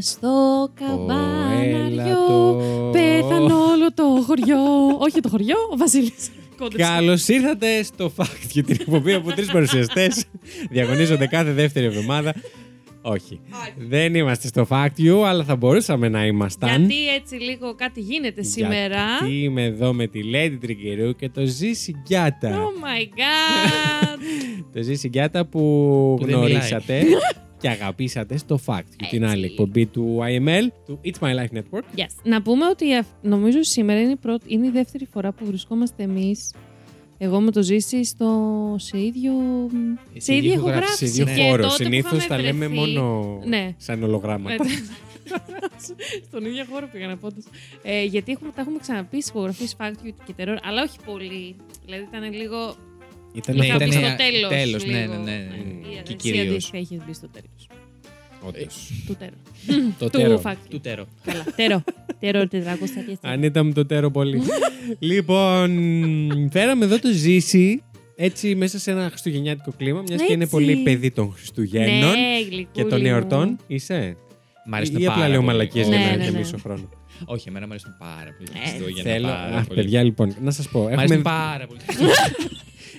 στο καμπαναριό. Έλατο. Πέθανε όλο το χωριό. Όχι το χωριό, ο Βασίλης. Καλώς ήρθατε στο Fact και την εκπομπή όπου τρεις παρουσιαστές διαγωνίζονται κάθε δεύτερη εβδομάδα. Όχι. Δεν είμαστε στο Fact You, αλλά θα μπορούσαμε να ήμασταν. Γιατί έτσι λίγο κάτι γίνεται σήμερα. Γιατί είμαι εδώ με τη Lady Τριγκερού και το Ζήση Oh Γκιάτα. my god. Το Ζήση Γκιάτα που, Που δεν γνωρίσατε και αγαπήσατε στο Fact You, την άλλη Έτσι. εκπομπή του IML, του It's My Life Network. Yes. Να πούμε ότι αυ- νομίζω σήμερα είναι η, πρώτη, είναι η δεύτερη φορά που βρισκόμαστε εμείς. Εγώ με το ζήσει στο, σε ίδιο. Ε, σε ίδια έχω Σε γράψει. δύο Και χώρο. τότε που Συνήθω είχαμε τα λέμε βρεθεί- μόνο Ναι. σαν ολογράμματα. Στον ίδιο χώρο πήγα πόντω. Ε, γιατί έχουμε, τα έχουμε ξαναπεί στις υπογραφέ Fact You και Terror, αλλά όχι πολύ. Δηλαδή ήταν λίγο. Ήταν Ναι, είχα αυτό μπει που- ήταν ε, στο Ε, τέλος. τέλος, ναι, ναι, ναι, ναι. Και Η κυρίως. αντίστοιχα είχε μπει στο τέλος. Όντως. Του Terror. Το Του τέρο. Fact You. Του τέρο. Καλά. Terror. Terror 400. Αν ήταν το τέρο πολύ. λοιπόν, φέραμε εδώ το ζήσει έτσι μέσα σε ένα χριστουγεννιάτικο κλίμα, μιας και είναι Έτσι. πολύ παιδί των Χριστουγέννων Ναι, και των γλυκούλη μου. εορτών. Είσαι. Μ' αρέσουν Ή πάρα απλά λέω πολύ. μαλακίες Όχι, Ναι, για ναι, να ναι. γεμίσω χρόνο. Όχι, εμένα μου αρέσουν πάρα πολύ. τα Ε, Χριστούγεννα, Θέλω. πάρα Αχ, πολύ. παιδιά, λοιπόν, να σας πω. Μ' αρέσουν Έχουμε, πάρα πολύ.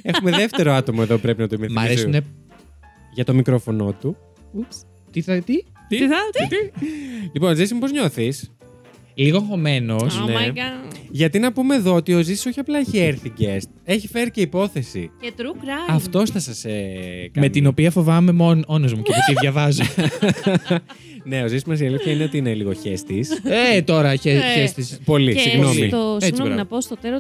έχουμε δεύτερο άτομο εδώ πρέπει να το Μ' μυθιστούμε. αρέσουν. Για το μικρόφωνο του. Ούψ. Τι θα. Τι. Τι θα, τι. Λοιπόν, Ζήση, πώς νιώθεις. Λίγο χωμένος. Oh ναι. my god. Γιατί να πούμε εδώ ότι ο Ζήσης όχι απλά έχει έρθει guest, έχει φέρει και υπόθεση. Και true crime. Αυτό θα σας ε, κάνει. Με την οποία φοβάμαι μόνο όνος μου και τη διαβάζω. Ναι, ο Ζήσης μας η αλήθεια είναι ότι είναι λίγο χέστης. ε, τώρα Ε. χέστης. Πολύ, Και συγγνώμη. Στο, Έτσι, συγγνώμη μπράβο. να πω στο τέρο 404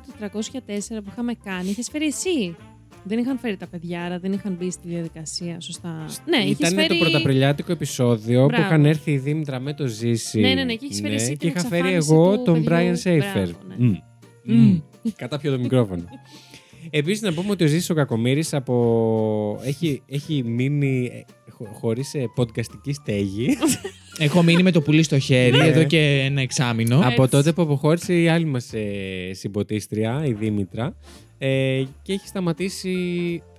που είχαμε κάνει, είχες φέρει εσύ. Δεν είχαν φέρει τα παιδιά, άρα δεν είχαν μπει στη διαδικασία. Σωστά. Ναι, είχε Ήταν φέρει. το πρωταπριλιάτικο επεισόδιο που Μπράβο. είχαν έρθει η Δήμητρα με το Ζήση. Ναι, ναι, ναι, και έχεις φέρει εσύ και την είχα φέρει εξαφάνιση εγώ του τον Brian παιδιού. Σέιφερ. Μπράβο, ναι. Mm. Μμμ. Μμμ. Κατά πιο το μικρόφωνο. Επίσης, να πούμε ότι ο Ζήσης ο Κακομήρη από... έχει, έχει μείνει ε, χωρί podcastική στέγη Έχω μείνει με το πουλί στο χέρι Ναι. εδώ και ένα εξάμεινο. από τότε που αποχώρησε η άλλη μας ε, συμποτίστρια, η Δήμητρα. Ε, και έχει σταματήσει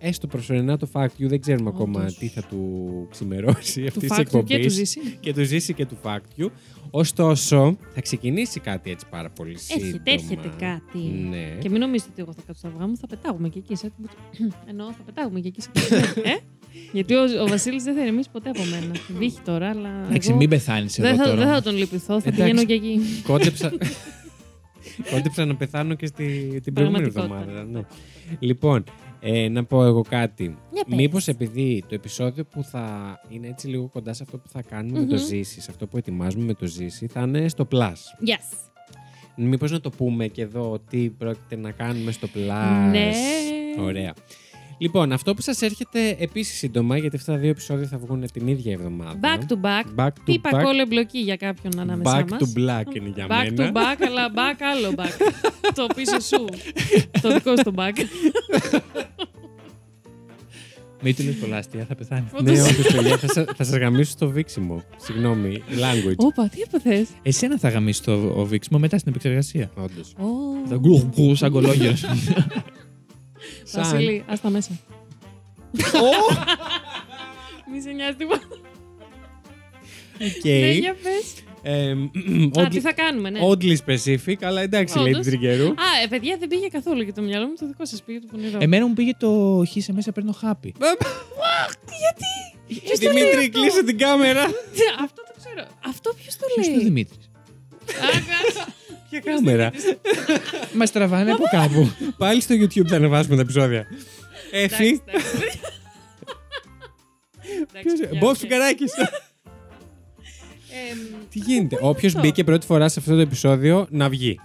έστω προσωρινά το fact you. Δεν ξέρουμε ακόμα Όντως. τι θα του ξημερώσει αυτή Του τη φάκτου και εκπομπής. του ζήσει. και του ζήσει και του φάκτιου. Ωστόσο, θα ξεκινήσει κάτι έτσι πάρα πολύ σύντομα. Έρχεται, έρχεται κάτι. Ναι. Και μην νομίζετε ότι εγώ θα κάτσω στα αυγά μου, θα πετάγουμε και εκεί. Σαν... Εννοώ, θα πετάγουμε και εκεί. Σαν... ε? Γιατί ο, ο Βασίλης δεν θα ηρεμήσει ποτέ από μένα. Βύχει τώρα, αλλά. Εντάξει, εγώ μην πεθάνεις δεν, εδώ θα, δεν τώρα. θα τον λυπηθώ, θα Εντάξει. πηγαίνω και εκεί. Κόντεψα... Κόντεψα να πεθάνω και στη, την προηγούμενη Πραγματικότητα. εβδομάδα. Ναι. Λοιπόν, ε, να πω εγώ κάτι. Για πες. Μήπως επειδή το επεισόδιο που θα είναι έτσι λίγο κοντά σε αυτό που θα κάνουμε με το Μμμ. ζήσει, σε αυτό που ετοιμάζουμε με το ζήσει, θα είναι στο Plus. Yes. Μήπως να το πούμε και εδώ τι πρόκειται να κάνουμε στο Plus. Ναι. Ωραία. Λοιπόν, αυτό που σας έρχεται επίσης σύντομα, γιατί αυτά τα δύο επεισόδια θα βγουν την ίδια εβδομάδα. Back to back. Back to Πίπα back. κόλλο εμπλοκή για κάποιον ανάμεσά Back μας. to black είναι για back μένα. to back, αλλά back άλλο back. το πίσω σου. το δικό σου το back. Μην του λες πολλά αστεία, θα πεθάνεις. Όντως. Ναι, όντως, παιδιά, θα, σα- θα σας γαμίσω στο βήξιμο. Συγγνώμη, language. Όπα, τι έπαθες. Εσένα θα γαμίσει το ο βήξιμο μετά στην επεξεργασία. Όντως. Ω, Θα γκρουχ γκρουχ σαν κολόγερος. Σαν Βασίλη, ας τα μέσα. Μη σε νοιάζει τίποτα. Ναι, και. για πες. Α, τι Oddly θα κάνουμε, ναι. oddly specific, αλλά εντάξει, λέει την Όντως. Τριγκερού. Α, ε, παιδιά, δεν πήγε καθόλου για το μυαλό μου, το δικό σας πήγε το πονηρό. Εμένα μου πήγε το χ σε μέσα παίρνω χάπι. Ποιος το λέει Ε, Δημήτρη, αυτό? κλείσε την κάμερα. Τι, Αυτό το ξέρω. Αυτό ποιος το Ποιος λέει. είναι ο Δημήτρη. Ποια κάμερα. Μας τραβάνε από κάπου. Πάλι στο YouTube θα ανεβάσουμε τα επεισόδια. Ε, Έφη. Μπομπ Φουκαράκη. Τι γίνεται. Όποιο μπήκε πρώτη φορά σε αυτό το επεισόδιο, να βγει. Να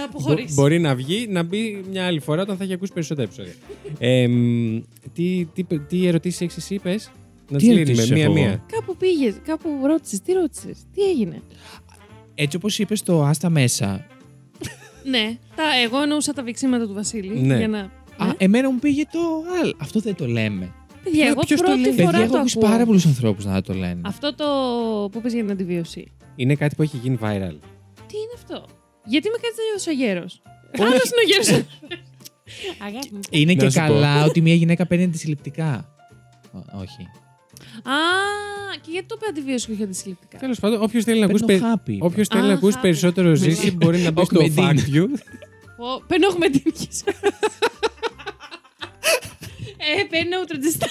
Μπο- αποχωρήσει. Μπορεί να βγει, να μπει μια άλλη φορά όταν θα έχει ακούσει περισσότερα επεισόδια. Ε, μ, τι, τι, τι ερωτήσεις έχεις εσύ, πες. Να Τι τις ερωτήσεις λύνουμε έχω εγώ? μία-μία. Κάπου πήγες, κάπου ρώτησες, τι ρώτησες, τι έγινε. Έτσι όπως είπες το άστα μέσα. Ναι, τα, εγώ εννοούσα τα βεξίματα του Βασίλη. Ναι. Για να... Α, Ναι. εμένα μου πήγε το άλλο. Αυτό δεν το λέμε. Παιδιά, εγώ ποιος το πρώτη λέει? φορά Παιδιά, το έχω ακούσει ακούω. πάρα πολλούς ανθρώπους να το λένε. Αυτό το που πες για την αντιβίωση. Είναι κάτι που έχει γίνει viral. Τι είναι αυτό. Γιατί με κάνεις να νιώθω γέρος. ναι. Άλλος είναι ο γέρος. Ε, Αγάπη μου. Είναι Να και σου πω. καλά ότι μια γυναίκα παίρνει αντισυλληπτικά. Ω- Όχι. Α, και γιατί το είπε αντιβίωση και όχι αντισυλληπτικά. Τέλος πάντων, όποιος θέλει να ακούσει. Παίρνω περι- χάπι. Όποιος θέλει Α, να ακούσει χάπι. περισσότερο ζήσει, μπορεί να μπει Όχι, στο με την. Fact You. Πω, Παίρνω γμεντίνικες. Ε, παίρνω ουτρετζιστά.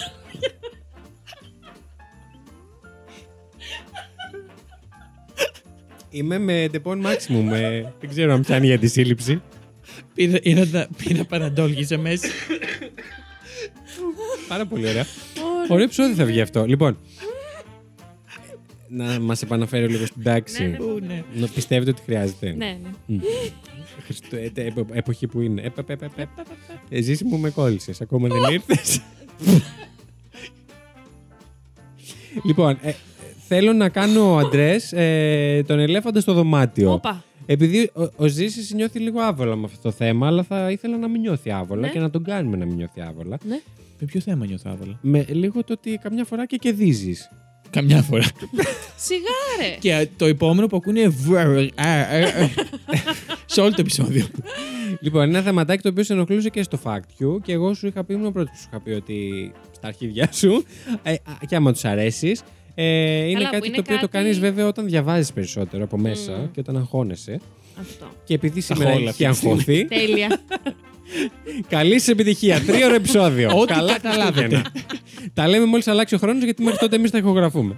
Είμαι με Depon Maximum. ε, Δεν ξέρω αν πιάνει η αντισύλληψη. Πήρα, πήρα, τα- πήρα παραντόλγησα μέσα. Πάρα πολύ ωραία. Ωραίο επεισόδιο θα βγει αυτό. Λοιπόν. Να μας επαναφέρω λίγο στην Ναι, τάξη. ναι. Ού, ναι. Να πιστεύετε ότι χρειάζεται. Ναι, ναι. Χριστου- ε, τε- επο- Εποχή που είναι. Ε, πε, πε, πε, πε. Ε, Ζήση μου με κόλλησες. Ακόμα δεν ήρθες. λοιπόν, ε, θέλω να κάνω αντρές τον ελέφαντα στο δωμάτιο. Όπα. Επειδή ο, ο Ζήσης νιώθει λίγο άβολα με αυτό το θέμα, αλλά θα ήθελα να μην νιώθει άβολα Ναι. και να τον κάνουμε να μην νιώθει άβολα. Ναι. Με ποιο θέμα νιώθω άβολα. Με λίγο το ότι καμιά φορά και κερδίζεις. Καμιά φορά. Σιγά ρε. Και το επόμενο που ακούνε είναι βρ, α, α, α. Σε όλο το επεισόδιο. Λοιπόν, ένα θεματάκι το οποίο σε ενοχλούσε και στο fact you και εγώ σου είχα πει, ήμουν ο πρώτος που σου είχα πει ότι στα αρχίδια σου, ε, α, και άμα τους αρέσεις. Ε, είναι Καλά, που κάτι είναι το οποίο το κάτι- κάνεις βέβαια όταν διαβάζεις περισσότερο από μέσα Μμμ. και όταν αγχώνεσαι. Αυτό. Και επειδή σήμερα όλα έχει αυτή τη στιγμή. αγχωθεί, Τέλεια. καλή σε επιτυχία. Τρίωρο επεισόδιο. Ό,τι Καλά καταλάβετε. Χριστούγεννα. Τα λέμε μόλις αλλάξει ο χρόνος γιατί μέχρι τότε εμείς τα ηχογραφούμε.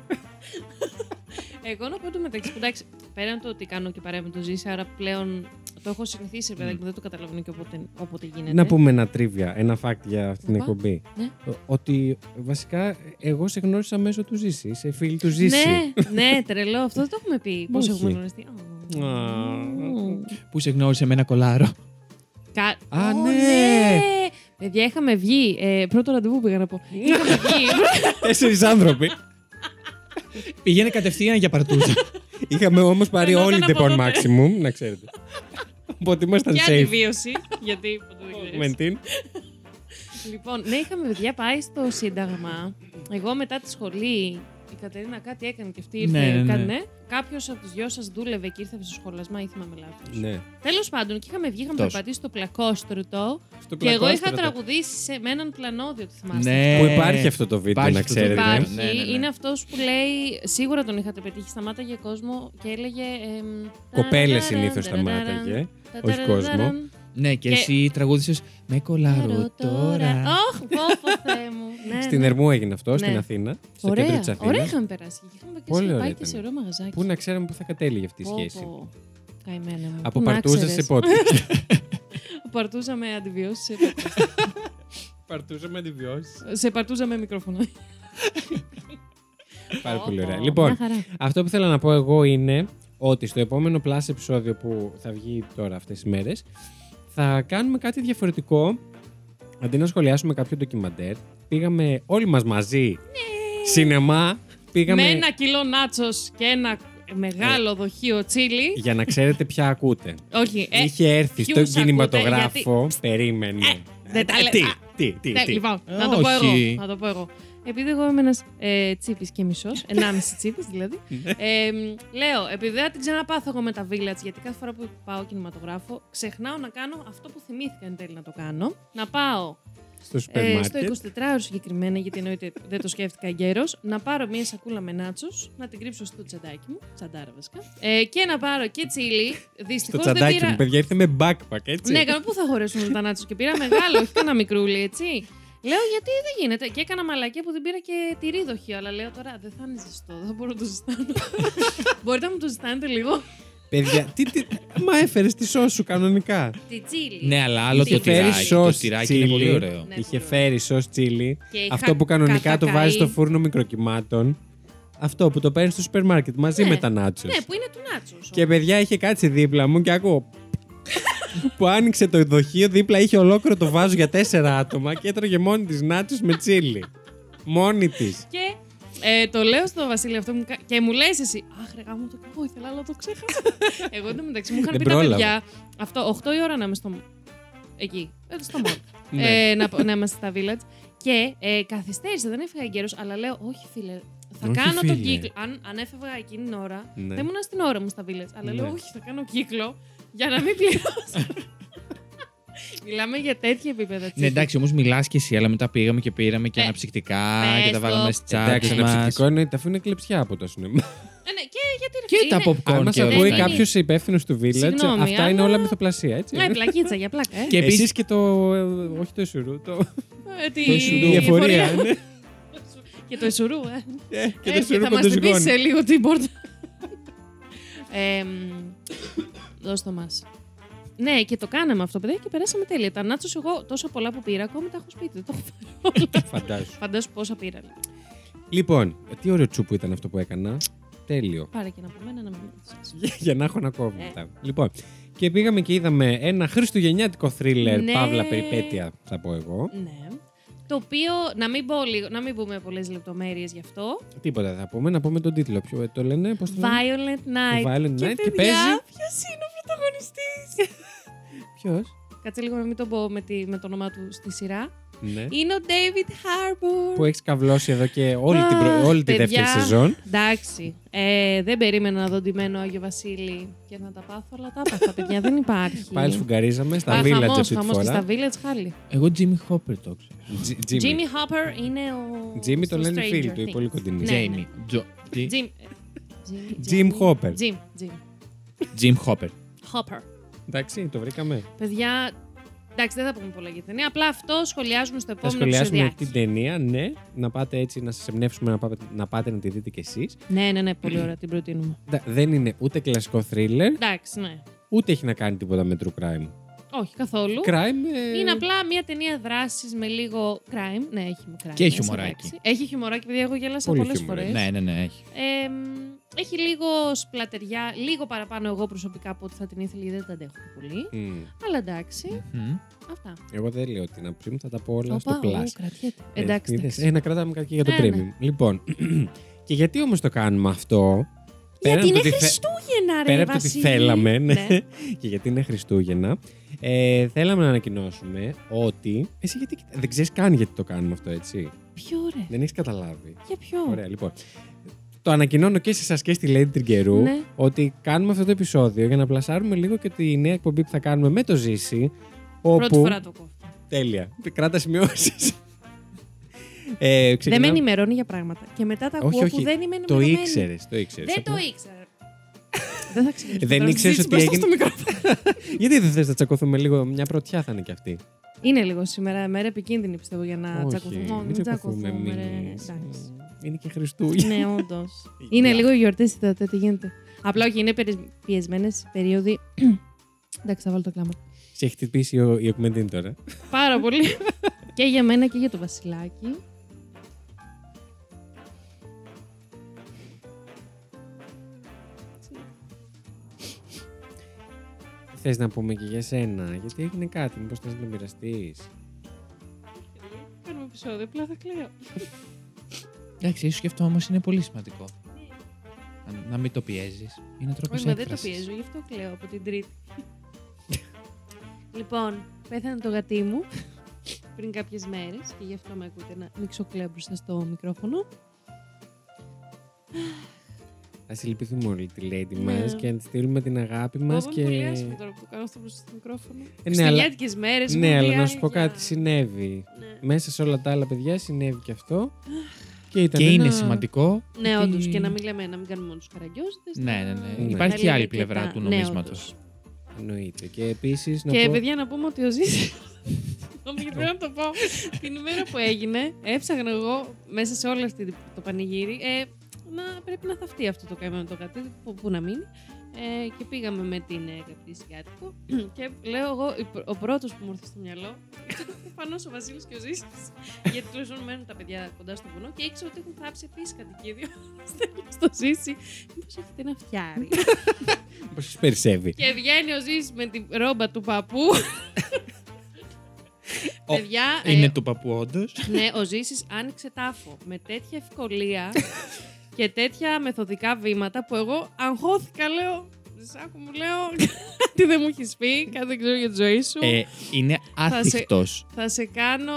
Ε, Εγώ να πω το μεταξύ. που Εντάξει, πέραν το ότι κάνω και παρέα με το ζήσει, άρα πλέον το έχω συνηθίσει, ρε παιδάκι μου, δεν το καταλαβαίνω και όποτε, όποτε γίνεται. Να πούμε ένα τρίβια, ένα fact για αυτή την ναι. Οπα. εκπομπή. Ναι. Ο- Ότι βασικά εγώ σε γνώρισα μέσω του Ζήση. Είσαι φίλη του Ζήση. Ναι, ναι, τρελό. Αυτό δεν το έχουμε πει. Πώ Όχι. έχουμε γνωριστεί. Α. Α. Που σε γνώρισε με ένα κολάρο. Κα... Α, Ω, ναι. Παιδιά, είχαμε βγει. ε, πρώτο ραντεβού πήγα να Ναι. πω. είχαμε βγει. Τέσσερις άνθρωποι. Πήγαινε κατευθείαν για παρτούζα. Είχαμε όμως πάρει Φαινόταν όλοι από την Porn τότε. Maximum, να ξέρετε. Οπότε ήμασταν Και safe. αντιβίωση. Γιατί ποτέ δεν ξέρεις. Με την. Λοιπόν, ναι, είχαμε παιδιά πάει στο Σύνταγμα. Εγώ μετά τη σχολή, η Κατερίνα κάτι έκανε και αυτή ήρθε. Ναι, ναι, κάτι, ναι. Κάποιος από του δυο σας δούλευε και ήρθε στο σχολασμά ή θυμάμαι λάθος. Ναι. Τέλος πάντων, και είχαμε βγει, είχαμε Τόσο. περπατήσει στο πλακόστρωτο. Στο Και εγώ είχα πλακόστρωτο. τραγουδήσει σε, με έναν πλανόδιο, το θυμάστε. Ναι. Που υπάρχει αυτό το βίντεο, Υπάρχει να αυτό το ξέρετε. βίντεο. Υπάρχει. Ναι, ναι, ναι. Είναι αυτός που λέει. Σίγουρα τον είχατε πετύχει. Σταμάταγε κόσμο και έλεγε. εμ, Κοπέλες ταραραραν, συνήθως ταραραραν, σταμάταγε. Όχι ταραραραν, κόσμο. Ναι, και Και- εσύ τραγούδησε με κολάρο τώρα. Αχ, πόπο θεέ μου. Ναι, Στην ναι. Ερμού έγινε αυτό, Ναι. στην Αθήνα. Στο κέντρο Ωραία, τη ωραία Αθήνα. είχαμε περάσει. Και Είχαμε και σε Πολύ ωραία πάει ήταν. και σε ωραίο μαγαζάκι. Πού να ξέραμε πού θα κατέληγε αυτή η Πω, σχέση. πω. Καημένα μου. Από Πού να παρτούζα σε ξέρεις. πότες. Παρτούζα με αντιβιώσεις. σε- Παρτούζα με αντιβιώσεις. Σε παρτούζα με μικρόφωνο. Πάρα Πω, πολύ ωραία. πω. Λοιπόν, Μια χαρά. Αυτό που θέλω να πω εγώ είναι ότι στο επόμενο Plus επεισόδιο που θα βγει τώρα αυτές τις μέρες θα κάνουμε κάτι διαφορετικό. Αντί να σχολιάσουμε κάποιο ντοκιμαντέρ, πήγαμε όλοι μας μαζί Ναι. σινεμά. Πήγαμε Με ένα κιλό νάτσος και ένα μεγάλο δοχείο τσίλι. για να ξέρετε ποια ακούτε. Όχι, ε, Είχε έρθει στον ποιους ακούτε, κινηματογράφο, περίμενε. δεν τα Ε, λέ- τι, α, τι, τι, Ναι, τι. λοιπόν, Ε, να το, πω όχι. εγώ, να το πω εγώ. Επειδή εγώ είμαι ένας ε, τσίπης και μισός, ενάμιση τσίπης δηλαδή, ε, μ, λέω, επειδή δεν την ξαναπάθω εγώ με τα village, γιατί κάθε φορά που πάω κινηματογράφο, ξεχνάω να κάνω αυτό που θυμήθηκα εν τέλει να το κάνω. Να πάω Στο σούπερ ε, στο μάρκετ. 24ωρο συγκεκριμένα, γιατί εννοείται δεν το σκέφτηκα γέρο, να πάρω μία σακούλα με νάτσο, να την κρύψω στο τσαντάκι μου, τσαντάρα βασικά, ε, και να πάρω και τσίλι. Στο Δυστυχώς δεν τσαντάκι πήρα. μου, παιδιά, ήρθε με backpack, έτσι. Ναι, κάνω πού θα χωρέσουμε τα νάτσο και πήρα μεγάλο, όχι κανένα μικρούλι, έτσι. Λέω γιατί δεν γίνεται. Και έκανα μαλακία που την πήρα και τυρί δοχείο. Αλλά λέω τώρα δεν θα είναι ζεστό, δεν θα μπορώ να το ζεστάνω. Μπορείτε να μου το ζεστάνετε λίγο. Παιδιά, τι, τι, μα έφερες τη σώσου σου κανονικά. Τη τσίλι. Ναι, αλλά άλλο Τι το φέρεις τυράκι. Το σως τυράκι είναι πολύ τσίλι. ωραίο. Ναι, Είχε πολύ φέρει σως τσίλι. Και είχα Αυτό που κανονικά το κατακαεί. βάζει στο φούρνο μικροκυμάτων. Αυτό που το παίρνεις στο σούπερ μάρκετ μαζί Ναι. με τα νάτσο. Ναι, που είναι του νάτσο. Και παιδιά είχε κάτσει δίπλα μου και ακούω. που άνοιξε το δοχείο, δίπλα είχε ολόκληρο το βάζο για τέσσερα άτομα και έτρωγε μόνη της νάτσο με τσίλι. Μόνη της. Και ε, το λέω στο Βασίλη αυτό μου, κα- και μου λες εσύ. Αχ, ρε γάμο, το κακό ήθελα, αλλά το ξέχασα. Εγώ εν τω μεταξύ μου είχαν Δεν πει τα πρόλαβα. παιδιά. Αυτό, 8 η ώρα να είμαι στο. Εκεί. ε, Στο mall. Ναι. ε, να, να είμαστε στα village. Και ε, καθυστέρησα, δεν έφυγα εγκαίρω, αλλά λέω, Όχι φίλε, θα Όχι, κάνω τον φίλε». κύκλο. Αν, αν έφευγα εκείνη την ώρα, Ναι. δεν ήμουν στην ώρα μου στα village. Αλλά Ναι. λέω, Όχι, θα κάνω κύκλο για να μην πληρώσω. Μιλάμε για τέτοια επίπεδα τσίπη. Ναι, εντάξει, όμως μιλάς και εσύ, αλλά μετά πήγαμε και πήραμε και Ε, αναψυκτικά πες και το. τα βάλαμε στις Εντάξει, τσάντε μα. αναψυκτικό είναι τα αφού είναι κλεψιά από το σινεμά. Ε, ναι, και γιατί ρε, Και φίλε, τα είναι- Αν popcorn μας και όλα ακούει δεν αυτά. είναι. κάποιος υπεύθυνος του village, Συγγνώμη, αυτά είναι αλλά- όλα μυθοπλασία, έτσι. Ναι, πλακίτσα για πλάκα. Ε. Και επίση. Επίσης και το. ε, Όχι το Ισουρού, το. Ε, τη- το Ισουρού. η Η εφορία. ναι. Και το Ισουρού, ε. Ε, Και Ε, το Ισουρού θα μας την πεις κοντοζυγώνει. σε λίγο την πόρτα. Ε, μ, Δώσ' το μας. Ναι, και το κάναμε αυτό, παιδιά, και περάσαμε τέλεια. Τα νάτσος εγώ τόσο πολλά που πήρα, ακόμη τα έχω σπίτι. Δεν το έχω πάρει όλα. Φαντάζομαι. Φαντάσου πόσα πήρα. λέει. Λοιπόν, τι ωραίο τσούπου ήταν αυτό που έκανα. Τέλειο. Πάρε και να από μένα να μην κρατήσεις. Για- για να έχω να κόβω Ε. μετά. Λοιπόν, και πήγαμε και είδαμε ένα χριστουγεννιάτικο θρίλερ, Ναι. παύλα περιπέτεια, θα πω εγώ. Ναι. Το οποίο, να μην, πω λίγο, να μην πούμε πολλές λεπτομέρειες γι' αυτό. Τίποτα θα πούμε, να πούμε τον τίτλο. Ποιο ε, το λένε, πώς το λένε. Violent Night. Violent Night και παίζει- Ποιος είναι ο πρωταγωνιστής. Ποιος. Κάτσε λίγο να μην τον πω με, τη- με το όνομά του στη σειρά. Ναι. Είναι ο David Harbour. Που έχεις καυλώσει εδώ και όλη την, προ- Αχ, όλη τη παιδιά. δεύτερη σεζόν. Εντάξει. Ε, δεν περίμενα να δω ντυμένο Άγιο Βασίλη και να τα πάθω, αλλά τα έπαθα, παιδιά. δεν υπάρχει. Πάλι σφουγγαρίζαμε στα Α, Village χαμός, αυτή τη χαμός και στα φορά. Village, χάλι. Εγώ Jimmy Hopper το ξέρω. Τζι- Jimmy Hopper είναι ο. Jimmy το στο λένε οι φίλοι Stranger του, οι Things. πολύ κοντινοί. Ναι, ναι. Jamie. Τζο- τι? Jim. ε, Jim Hopper. Jim, Jim. Jim Hopper. Hopper. Εντάξει, το βρήκαμε. Παιδιά, εντάξει, δεν θα πούμε πολλά για την ταινία. Απλά αυτό σχολιάζουμε στο Θα επόμενο σχολιάσουμε επεισοδιάκι. την ταινία, ναι. Να πάτε έτσι, να σας εμπνεύσουμε να πάτε, να πάτε να τη δείτε κι εσείς. Ναι, ναι, ναι, πολύ ωραία, την προτείνουμε. Δεν είναι ούτε κλασικό θρίλερ, Εντάξει, ναι. ούτε έχει να κάνει τίποτα με true crime. Όχι, καθόλου. Crime. ε, Είναι απλά μια ταινία δράσης με λίγο crime. Ναι, έχει crime. Και μέσα, χιουμοράκι. εντάξει. Έχει χιουμοράκι, παιδιά, εγώ γέλασα Πολύ πολλές φορέ. χιουμοράκι. Ναι, ναι, ναι, έχει. Ε, μ, έχει λίγο σπλατεριά, λίγο παραπάνω εγώ προσωπικά από ό,τι θα την ήθελα, γιατί δεν τα αντέχω πολύ. Μμ. Αλλά εντάξει, Μμμ. αυτά. Εγώ δεν λέω την άποψή μου, θα τα πω όλα στο Οπα, Plus. ου, κρατιέται. Ε, Εντάξει. είδες, εντάξει. Ε, να κρατάμε κάτι και για το Ε, premium. ναι. Λοιπόν, και γιατί όμως το κάνουμε αυτό. Γιατί από είναι το τι θε- Χριστούγεννα, ρε Πέρα από το ότι Βασίλη. θέλαμε, ναι, Ναι. και γιατί είναι Χριστούγεννα, ε, θέλαμε να ανακοινώσουμε ότι. Εσύ γιατί. κοιτά- Δεν ξέρεις καν γιατί το κάνουμε αυτό, έτσι. Ποιο ρε, Δεν έχεις καταλάβει. για ποιο. Ναι. Ωραία, λοιπόν. Το ανακοινώνω και σε εσάς και στη Lady Τριγκερού Ναι. ότι κάνουμε αυτό το επεισόδιο για να πλασάρουμε λίγο και τη νέα εκπομπή που θα κάνουμε με το Ζήση. Όπου... Πρώτη φορά το ακούω. Τέλεια. Κράτα σημειώσεις. ε, Δεν ξεκινάμε- με ενημερώνει για πράγματα. Και μετά τα ακούω Όχι, που όχι. δεν είμαι Το ενημερωμένη. ήξερες. Το ήξερες. Δεν το ήξερα. δεν θα ξεκινήσω. Δεν τώρα, ήξερες συζήτηση ότι μπροστά στο μικρόφωνο. Γιατί δεν θες να τσακωθούμε λίγο, μια πρωτιά θα είναι κι αυτή. Είναι λίγο σήμερα μέρα επικίνδυνη πιστεύω για να Όχι, τσακωθούμε. Ω, μην Μην τσακωθούμε τσακωθούμε, ρε. εμείς. Εντάξει. Είναι και Χριστούγεννα. Ναι, όντως. είναι λίγο γιορτές, είδατε τι γίνεται. Απλά όχι, είναι πιεσμένες περίοδοι. Εντάξει, θα βάλω το κλάμα. Σε έχει χτυπήσει ο- η Εκμεντίν τώρα. Πάρα πολύ. και για μένα και για το Βασιλάκι. Θες να πούμε και για σένα, γιατί έγινε κάτι, μήπως θες να το μοιραστείς. Κάνουμε επεισόδιο, απλά θα κλαίω. Εντάξει, ίσως και αυτό όμως είναι πολύ σημαντικό. Να- Να μην το πιέζεις. Είναι τρόπος Όχι, μα δεν το πιέζω, γι' αυτό κλαίω από την Τρίτη. λοιπόν, πέθανε το γατί μου πριν κάποιες μέρες και γι' αυτό με ακούτε να μίξω κλαίω μπροστά στο μικρόφωνο. Θα συλληπιθούμε όλη τη lady Ναι. μας και να τη στείλουμε την αγάπη μα. Μας Και... Ε, ναι, πολύ άσχημο τώρα που το κάνω αυτό μπροστά στο μικρόφωνο. αλλά- Χριστουγεννιάτικες μέρες. Ναι, αλλά να σου πω κάτι, συνέβη. Μέσα σε όλα τα άλλα παιδιά συνέβη και αυτό. Και, ήταν Και ένα- είναι σημαντικό. Ναι, ότι- όντως. Και να μην λέμε, να μην κάνουμε όλου καραγκιόζητες. Ναι, ναι, ναι. Ναι. Υπάρχει και η άλλη πλευρά Ναι, του νομίσματο. νομίσματος. Εννοείται. Και επίσης. Και πω... παιδιά να πούμε ότι ο Ζήσης. Συγγνώμη, γιατί πρέπει να το πω. Την ημέρα που έγινε, έψαχνα εγώ μέσα σε όλο αυτή το πανηγύρι. Ε, να, πρέπει να θαυτεί αυτό το καημένο το κατή, που, που να μείνει. Ε, και πήγαμε με την ε, καπνή Σιάτικο. και λέω εγώ, η πρω- ο πρώτος που μου ήρθε στο μυαλό, προφανώς ο Βασίλης και ο Ζήση, γιατί τουλάχιστον μένουν τα παιδιά κοντά στο βουνό και ήξερα ότι έχουν θάψει επίσης κατοικίδιο. Στέλνω στο Ζήση, μήπως έχετε ένα φτιάρι. Πώ σου περισσεύει. Και βγαίνει ο Ζήσης με την ρόμπα του παππού. Ο- Παιδιά, ε, Είναι του παππού, όντως. ναι, ο Ζήσης άνοιξε τάφο με τέτοια ευκολία και τέτοια μεθοδικά βήματα που εγώ αγχώθηκα, λέω, Ζησάκου μου λέω, κάτι δεν μου έχεις πει, κάτι δεν ξέρω για τη ζωή σου. Ε, είναι σε- άθικτος. Θα σε κάνω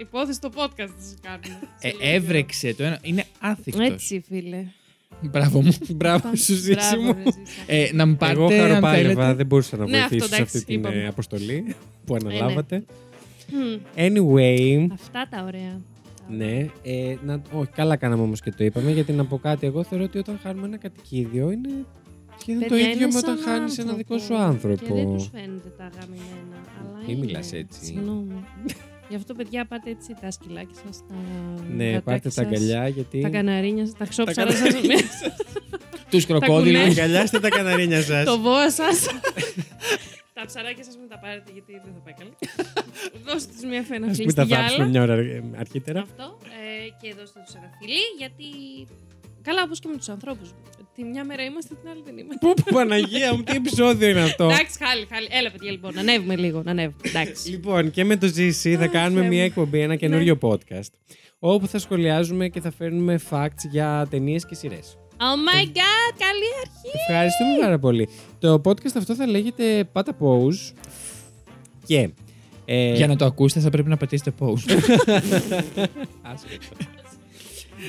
υπόθεση στο podcast θα σε κάνω. Ε, έβρεξε το ένα. Είναι άθικτος. Έτσι, φίλε. Μπράβο μου. Μπράβο σου, ζήση Μπράβο, μου. ρε, Ζήση. Ε, να μου πάρετε, Εγώ χαροπάλευα, θέλετε. δεν μπορούσα να Ναι, αυτό, βοηθήσω σε εντάξει, αυτή την είπαμε. ε, αποστολή που ναι. αναλάβατε. Μμμ. Anyway, Αυτά τα ωραία. ναι, ε, να, όχι, καλά κάναμε όμως και το είπαμε, γιατί να πω κάτι, εγώ θεωρώ ότι όταν χάνουμε ένα κατοικίδιο είναι σχεδόν το Παιδιά, ίδιο είναι με όταν σαν χάνεις ένα άνθρωπο. δικό σου Και δεν τους άνθρωπο. φαίνεται τα γαμημένα. Αλλά Μην είναι. μιλάς έτσι. Συγγνώμη. Γι' αυτό, παιδιά, πάτε έτσι τα σκυλάκια σας, τα. Ναι, γατάκια πάρτε τα σας, αγκαλιά, γιατί. Τα καναρίνια σας, τα ξόψαρα Τα σα. Του Τα κροκόδηλου. κουνέ. Αγκαλιάστε τα καναρίνια σα. το βόα σας. τα ψαράκια σας μην τα πάρετε, γιατί δεν θα πάει καλά. Δώστε τους μια Α φεναφλή μην στη τα βάψουμε γυάλα. μια ώρα ε, αρχίτερα. Αυτό. Ε, και δώστε τους ένα φιλί, γιατί. Καλά, όπως και με τους ανθρώπους. Τη μια μέρα είμαστε, την άλλη δεν είμαστε. Πού, πού, Παναγία μου, τι επεισόδιο είναι αυτό. Εντάξει, χάλι, χάλι. Έλα, παιδιά, λοιπόν, να ανέβουμε λίγο. Να ανέβουμε. Εντάξει. Λοιπόν, και με το GC θα Αχ, Θεέ κάνουμε μια μου. Ναι. εκπομπή, ένα καινούριο podcast. Όπου θα σχολιάζουμε και θα φέρνουμε facts για ταινίες και σειρές. Oh my god, καλή αρχή! Ευχαριστούμε πάρα πολύ. Το podcast αυτό θα λέγεται Πάτα Pose. Και. ε, Για να το ακούσετε θα πρέπει να πατήσετε pause. Άσε το.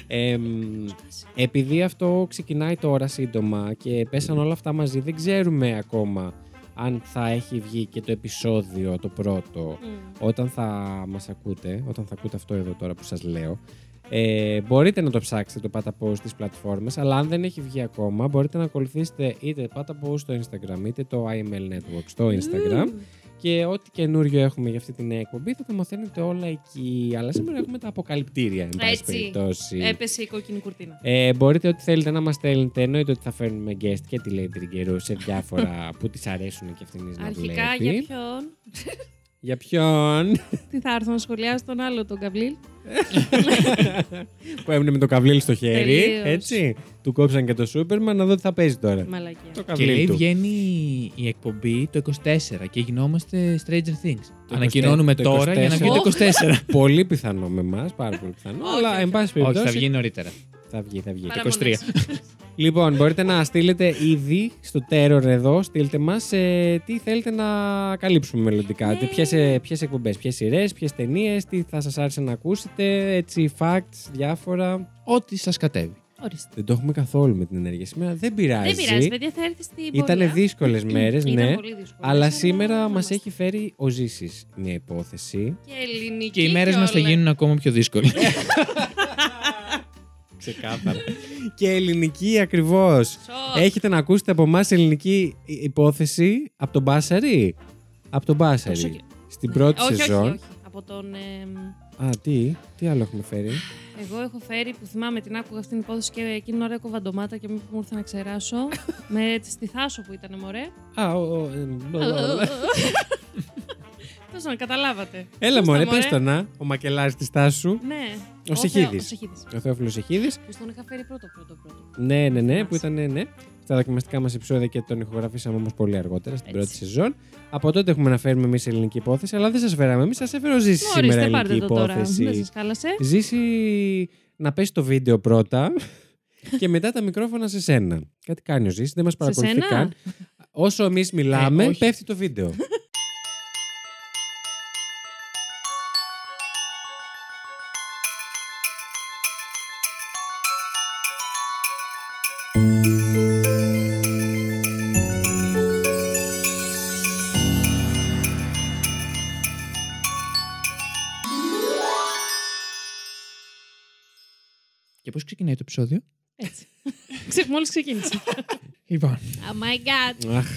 Εμ, επειδή αυτό ξεκινάει τώρα σύντομα και πέσαν όλα αυτά μαζί, δεν ξέρουμε ακόμα αν θα έχει βγει και το επεισόδιο το πρώτο όταν θα μας ακούτε, όταν θα ακούτε αυτό εδώ τώρα που σας λέω, ε, μπορείτε να το ψάξετε το Πάτα Post στις πλατφόρμες, αλλά αν δεν έχει βγει ακόμα, μπορείτε να ακολουθήσετε είτε Πάτα Post στο Instagram, είτε το IML Network στο Mm. Instagram και ό,τι καινούριο έχουμε για αυτή την νέα εκπομπή θα τα μαθαίνετε όλα εκεί. Αλλά σήμερα έχουμε τα αποκαλυπτήρια, εν πάση Έτσι. Ε, περιπτώσει. Έπεσε η κόκκινη κουρτίνα. Ε, μπορείτε ό,τι θέλετε να μας στέλνετε. Εννοείται ότι θα φέρνουμε guest και τη Lady Trigger σε διάφορα που της αρέσουν και αυτήν να Αρχικά βλέπει. για ποιον. Για ποιον. Τι θα έρθω να σχολιάσω τον άλλο τον Καβλίλ. που έμεινε με το καβλίλι στο χέρι. Τελείως. Έτσι. Του κόψαν και το Σούπερμαν να δω τι θα παίζει τώρα. Μαλακία. Ναι. Το και καβλίλι λέει του. βγαίνει η εκπομπή το 24 και γινόμαστε Stranger Things. Το Ανακοινώνουμε 24. τώρα για να βγει το 24. πολύ πιθανό με εμάς, πάρα πολύ πιθανό. Όχι, αλλά όχι, εν πάση Όχι, περιπτώσει. θα βγει νωρίτερα. Θα βγει, θα βγει. Παραμονές. Λοιπόν, μπορείτε να στείλετε ήδη στο Terror εδώ, στείλτε μας τι θέλετε να καλύψουμε μελλοντικά. Ναι. Ποιες ποιες εκπομπές, ποιες σειρές, ποιες ταινίες, τι θα σας άρεσε να ακούσετε, έτσι, facts, διάφορα. Ό,τι σας κατέβει. Ορίστε. Δεν το έχουμε καθόλου με την ενέργεια σήμερα. Δεν πειράζει. Δεν πειράζει, παιδιά, θα έρθει στην πορεία. Ήταν δύσκολε μέρε, Ήταν ναι. πολύ δύσκολες, Αλλά σήμερα θα μα είμαστε. έχει φέρει ο Ζήσης μια υπόθεση. Και ελληνική. Και οι μέρες μας θα όλα. γίνουν ακόμα πιο δύσκολες. Ξεκάθαρα. και ελληνική ακριβώς. Σοκ. Έχετε να ακούσετε από εμάς ελληνική υ- υπόθεση από τον Μπάσαρη. Από τον Τόσο Μπάσαρη. και- Στην Ναι. πρώτη όχι, σεζόν. Όχι, όχι. Από τον. εμ, Α, τι, τι άλλο έχουμε φέρει. Εγώ έχω φέρει που θυμάμαι την άκουγα αυτήν την υπόθεση και εκείνη την ώρα έκοβα ντομάτα και μήπως μου ήρθε να ξεράσω. με τη στη θάσο που ήταν, μωρέ. Α, ο, ο, ε, Πώς να καταλάβατε. Έλα Πώς μωρέ, τα, πες το να, ο μακελάρης της τάσου. Ναι. Ο Σεχίδης. Θεό- Ο Σεχίδης. Ο Θεόφιλος Εχίδης. Που στον είχα φέρει πρώτο, πρώτο, πρώτο. Ναι, ναι, ναι, που Μάλιστα. ήταν, ναι. Στα δοκιμαστικά μας επεισόδια και τον ηχογραφήσαμε όμως πολύ αργότερα, στην Έτσι. πρώτη σεζόν. Από τότε έχουμε να φέρουμε εμείς ελληνική υπόθεση, αλλά δεν σας φέραμε εμείς, σας έφερε ο Ζήση σήμερα Ορίστε, ελληνική πάρτε το τώρα. υπόθεση. Δεν σας κάλασε. Ζήσει να πέσει το βίντεο πρώτα και μετά τα μικρόφωνα σε σένα. Κάτι κάνει ο Ζήση, δεν μας Σε παρακολουθεί καν. σένα. Όσο εμείς μιλάμε, Ε, όχι. πέφτει το βίντεο. και πώς ξεκινάει το επεισόδιο. Έτσι. Ξε- Μόλις ξεκίνησε. Λοιπόν, Oh my god. Αχ,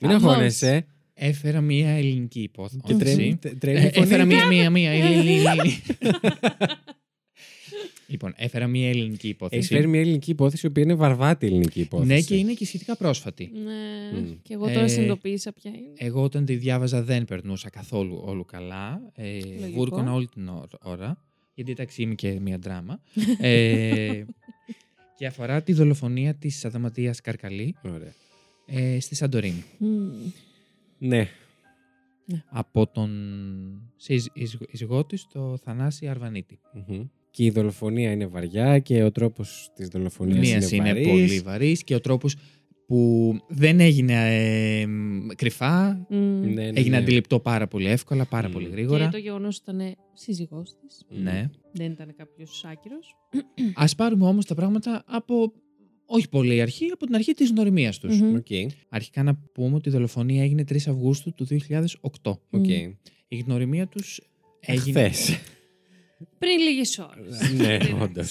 μην Χαμός. αγχώνεσαι. έφερα μία ελληνική υπόθεση. Και τρέμει- τε- τρέμει η Ε, Έφερα φωνή. μία, μία, μία. ελληνική. Λοιπόν, έφερα μία ελληνική Έχει φέρει υπόθεση. μια ελληνική υπόθεση, η οποία είναι βαρβάτη ελληνική υπόθεση. Ναι, και είναι και σχετικά πρόσφατη. Ναι. Μμ. Και εγώ τώρα Ε, συνειδητοποίησα ποια είναι. Εγώ όταν τη διάβαζα δεν περνούσα καθόλου όλου καλά. Ε, Λογικό. βούρκωνα όλη την ωρα- ώρα. Γιατί εντάξει είμαι και μία δράμα. ε, και αφορά τη δολοφονία της Αδαματίας Καρκαλή Ωραία. ε, στη Σαντορίνη. mm, Μμ. Ναι. Από τον συζ- εισγ- εισγό της, το Θανάση Αρβανίτη. Μμμ. Και η δολοφονία είναι βαριά και ο τρόπος της δολοφονίας Μίας είναι, είναι, βαρύς. πολύ βαρύς και ο τρόπος που δεν έγινε ε, μ, κρυφά. Μμ. Ναι, ναι, ναι. Έγινε αντιληπτό πάρα πολύ εύκολα, πάρα Μμ. πολύ Mm. Και γρήγορα. το γεγονός ήταν σύζυγός της. Μμ. Ναι. Δεν ήταν κάποιος άκυρος. Ας πάρουμε όμως τα πράγματα από όχι πολύ η αρχή, από την αρχή της νοημίας τους. Μμμ. Οκ. Αρχικά να πούμε ότι η δολοφονία έγινε 3 Αυγούστου του 2008. Οκ. Μμμ. Η γνωριμία τους έγινε... Χθες. Πριν λίγες ώρες. ναι, όντω.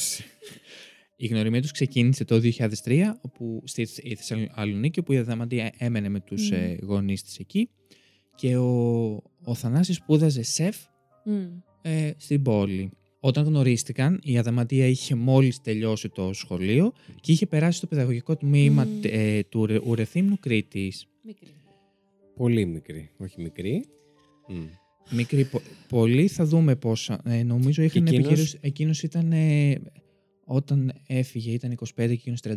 Η γνωριμίας τους ξεκίνησε το 2003 όπου, στη Θεσ- η Θεσσαλονίκη, όπου η Αδαμαντία έμενε με τους Μμμ. ε, γονείς της εκεί και ο, ο Θανάσης σπούδαζε σεφ Ναι. Mm. ε, στην πόλη. Όταν γνωρίστηκαν, η Αδαμαντία είχε μόλις τελειώσει το σχολείο και είχε περάσει στο παιδαγωγικό τμήμα Μμμ. ε, του Ουρε- Ουρεθύμνου Κρήτης. Μικρή. Πολύ μικρή. Όχι μικρή. Μμ. Μικρή, πο- πολύ θα δούμε πόσα. Ε, νομίζω είχαν εκείνος? επικύρωση. Εκείνος ήταν ε, όταν έφυγε ήταν 25 και εκείνος 31,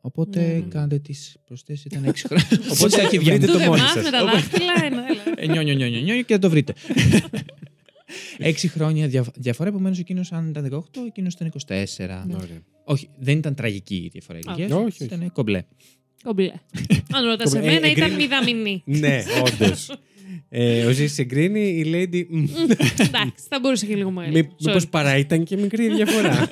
οπότε Ναι. κάντε τις προσθέσεις ήταν 6 χρόνια. Οπότε θα βρείτε Του το μόνοι δεμάς με σας. τα δάχτυλα, ένα, έλα. Ε, νιώ, νιώ, νιώ, νιώ, νιώ, και θα το βρείτε. Έξι χρόνια δια- διαφορά, επομένως εκείνος αν ήταν 18, εκείνος ήταν 24. Ναι. Ωραία. Όχι, δεν ήταν τραγική η διαφορά ηλικίας. όχι, όχι. Ήταν κομπλέ. Κομπλέ. Αν ρωτάς Κομπλέ. Ε, εμένα, ήταν εγκρίνει. μηδαμινή. Ναι, όντως. Ε, ο Ζήσης εγκρίνει, η Lady. μμ. Μμ, Εντάξει, θα μπορούσε και λίγο Μή- μεγάλη. μήπως Sorry. παρά ήταν και μικρή η διαφορά.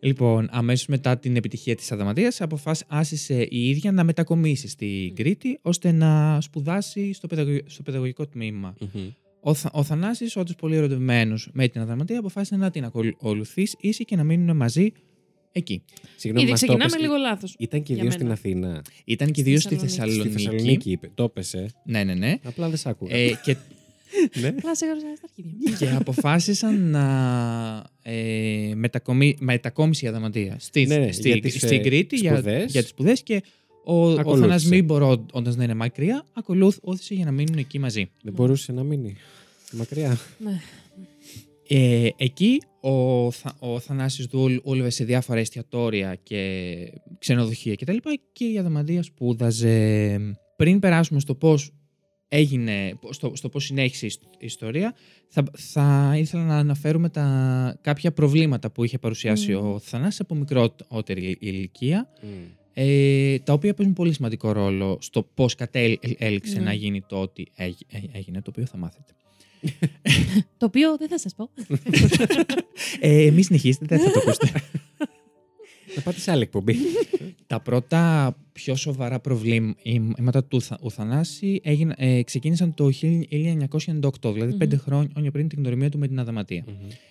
Λοιπόν, αμέσως μετά την επιτυχία της Αδαμαντίας, αποφάσισε η ίδια να μετακομίσει στην Μμ. Κρήτη ώστε να σπουδάσει στο, παιδαγω- στο παιδαγωγικό τμήμα. Ο, Θα... ο Θανάσης, όντω πολύ ερωτευμένο με την Αδαμαντία, αποφάσισε να την ακολουθήσει ίση και να μείνουν μαζί εκεί. Συγγνώμη, Ήδη μας το ξεκινάμε έπεσε. λίγο λάθος. Ήταν και Για δύο μένα. στην Αθήνα. Ήταν και Στη δύο στη Θεσσαλονίκη. Θεσσαλονίκη. Στη Θεσσαλονίκη, είπε. το έπεσε. Ναι, ναι, ναι. Απλά δεν σ' άκουγα. Ε, και, Ναι. Απλά σε έγραψα στα αρχίδια. και αποφάσισαν να ε, μετακομί, μετακόμισε η Αδαμαντία στη, Ναι, ναι, στη, για τις, στην ε, Κρήτη για, σπουδές. για τις σπουδές και ο, ο Ακολούθησε. Θανάς μην μπορώ όντας να είναι μακριά, ακολούθησε για να μείνουν εκεί μαζί. Δεν μπορούσε να μείνει. Μακριά. Ναι. Ε, εκεί ο, Θα- ο Θανάσης Δούλ ούλευε σε διάφορα εστιατόρια και ξενοδοχεία κτλ. Και η Αδαμαντία σπούδαζε. Πριν περάσουμε στο πώς έγινε, στο, στο πώς συνέχισε η ιστο- η ιστορία, θα, θα ήθελα να αναφέρουμε τα, κάποια προβλήματα που είχε παρουσιάσει Μμμ. ο Θανάσης από μικρότερη ηλικία, ε, τα οποία παίζουν πολύ σημαντικό ρόλο στο πώς κατέληξε Ναι. να γίνει το ότι έγι- έ- έγινε, το οποίο θα μάθετε. Το οποίο δεν θα σας πω. Ε, μη συνεχίσετε, δεν θα το ακούσετε. Θα πάτε σε άλλη εκπομπή. Τα πρώτα πιο σοβαρά προβλήματα του Θα- ο Θανάση έγινα- ε, ξεκίνησαν το 1998, δηλαδή Μμμ. πέντε χρόνια πριν την γνωριμία του με την Αδαματία.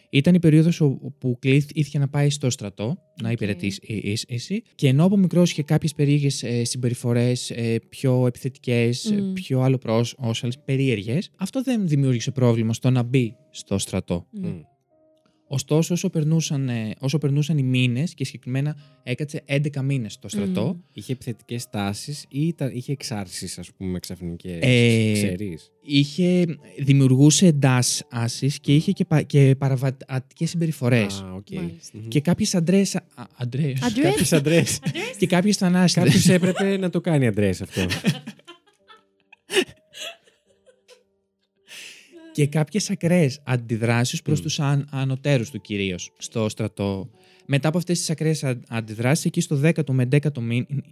Ήταν η περίοδος ο- όπου κλείθηκε να πάει στο στρατό να Οκ. υπηρετήσει ε, ε, ε, και ενώ από μικρός είχε κάποιες περίεργες ε, συμπεριφορές, ε, πιο επιθετικές, ε, Μμ. πιο άλλο προς όσες περίεργες, αυτό δεν δημιούργησε πρόβλημα στο να μπει στο στρατό. Μμ. Ωστόσο, όσο περνούσαν, ε, όσο περνούσαν οι μήνες και συγκεκριμένα έκατσε 11 μήνες στο στρατό, Μμ. Είχε επιθετικές τάσεις ή ήταν, είχε εξάρσεις, ας πούμε, ξαφνικέ. Ε, Ξέρεις. είχε, ε, δημιουργούσε εντάσεις και είχε και, πα, και παραβατικές συμπεριφορές. Α, οκ. Μάλιστα. Μμμ. Και κάποιες αντρές... α- α- αντρές. Αντρέ. Κάποιες αντρέ. και κάποιες ναι. θανάσιδες. Κάποιος έπρεπε να το κάνει αντρέ αυτό. και κάποιες ακραίες αντιδράσεις προς Μμ. τους αν, ανωτέρους του κυρίως στο στρατό. Μετά από αυτές τις ακραίες αν- αντιδράσεις, εκεί στο 10ο με 11ο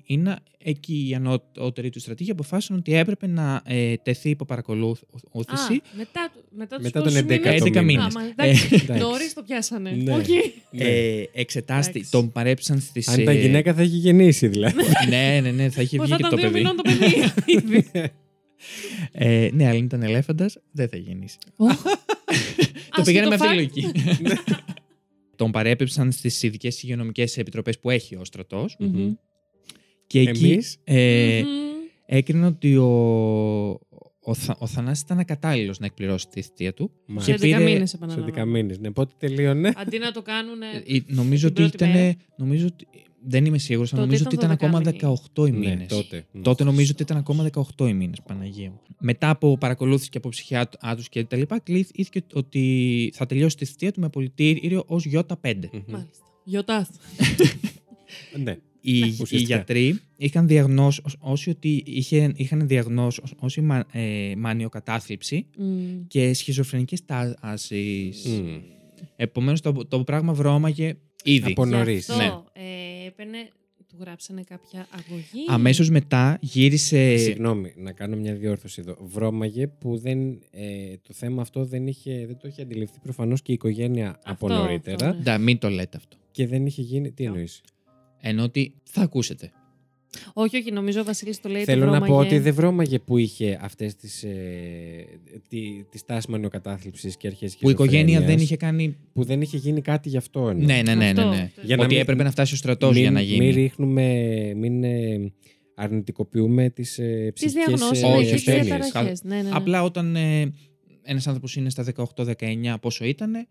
μήνα, εκεί οι ανώτεροι του στρατηγοί αποφάσισαν ότι έπρεπε να ε, τεθεί υπό παρακολούθηση. Α, μετά, το- μετά, τους Μετά τον πόσους 11ο μήνες? 11 μήνα. Α, μήνες. μα, Ε, εντάξει, εντάξει. νωρίς το πιάσανε. Ναι. Οκ. Ναι. Ε, εξετάστη, Εντάξει. τον παρέψαν στις... Αν ήταν ε, γυναίκα θα είχε γεννήσει δηλαδή. ναι, ναι, ναι, θα είχε Ω, βγει Θα και ήταν δύο το παιδί. μηνών το παιδί. ήδη. Ε, ναι, αλλά αν ήταν ελέφαντας, δεν θα γεννήσει. Οχ. το Ας πήγανε και με αυτή τη fact. λογική. Τον παρέπεψαν στις ειδικές υγειονομικές επιτροπές που έχει ο στρατός. Μμμ. Και εκεί Εμείς. ε, Μμμ. έκρινε ότι ο, ο, Θα- ο Θανάσης ήταν ακατάλληλος να εκπληρώσει τη θητεία του. Σε Μάλιστα. πήρε- 11 μήνες Σε 11 επαναλαμβάνω. μήνες. Ναι, πότε τελείωνε. Αντί να το κάνουν. Ε, νομίζω Την ότι πρώτη μέρα. ήταν. Νομίζω ότι, δεν είμαι σίγουρος, Τότε αλλά νομίζω ότι ήταν ήταν ακόμα 12 18 οι μήνε. Ναι, τότε. Ναι. Τότε νομίζω ότι ήταν ακόμα 18 οι μήνες, Παναγία μου. Μετά από παρακολούθηση και από ψυχιάτρους και τα λοιπά, κλείθηκε ότι θα τελειώσει τη θητεία του με πολιτήριο ω Ι5. Μμμ. Μάλιστα. Γιωτά. Ναι. Οι, οι Ουσιαστικά. γιατροί είχαν διαγνώσει ότι είχε, είχαν διαγνώσει μα, ε, μανιοκατάθλιψη και σχιζοφρενικές τάσεις. Μμμ. Επομένως το, το πράγμα βρώμαγε ήδη. Από νωρίς. ναι. Γι' αυτό, ε, έπαιρνε του γράψανε κάποια αγωγή. Αμέσως μετά γύρισε. Ε, Συγγνώμη, να κάνω μια διόρθωση εδώ. Βρώμαγε που δεν, ε, το θέμα αυτό δεν, είχε, δεν το είχε αντιληφθεί προφανώς και η οικογένεια από Αυτό, νωρίτερα. αυτό, ναι. Ντα, μην το λέτε αυτό. Και δεν είχε γίνει. Τι εννοείς. Ενώ ότι θα ακούσετε. Όχι, όχι, νομίζω ο Βασίλης το λέει. το Θέλω να πω βρώμαγε. ότι δεν βρώμαγε που είχε αυτές τις. Ε, τη, τη στάση μανιοκατάθλιψης και αρχές Που η οικογένεια δεν είχε κάνει. Που δεν είχε γίνει κάτι γι' αυτό. εννοώ. Ναι, ναι, ναι, ναι. Αυτό, ναι. αυτό. Για να ότι μην- έπρεπε να φτάσει ο στρατός για να γίνει. Μην ρίχνουμε. Μην ε, αρνητικοποιούμε τις Τις ε, ψυχικές, διαγνώσεις, ε, ναι, όχι, και τις τέλειες. ασθένειες. διαταραχές. Ναι, ναι, ναι. Απλά όταν ε, ένας άνθρωπος είναι στα 18-19, πόσο ήταν. Ε,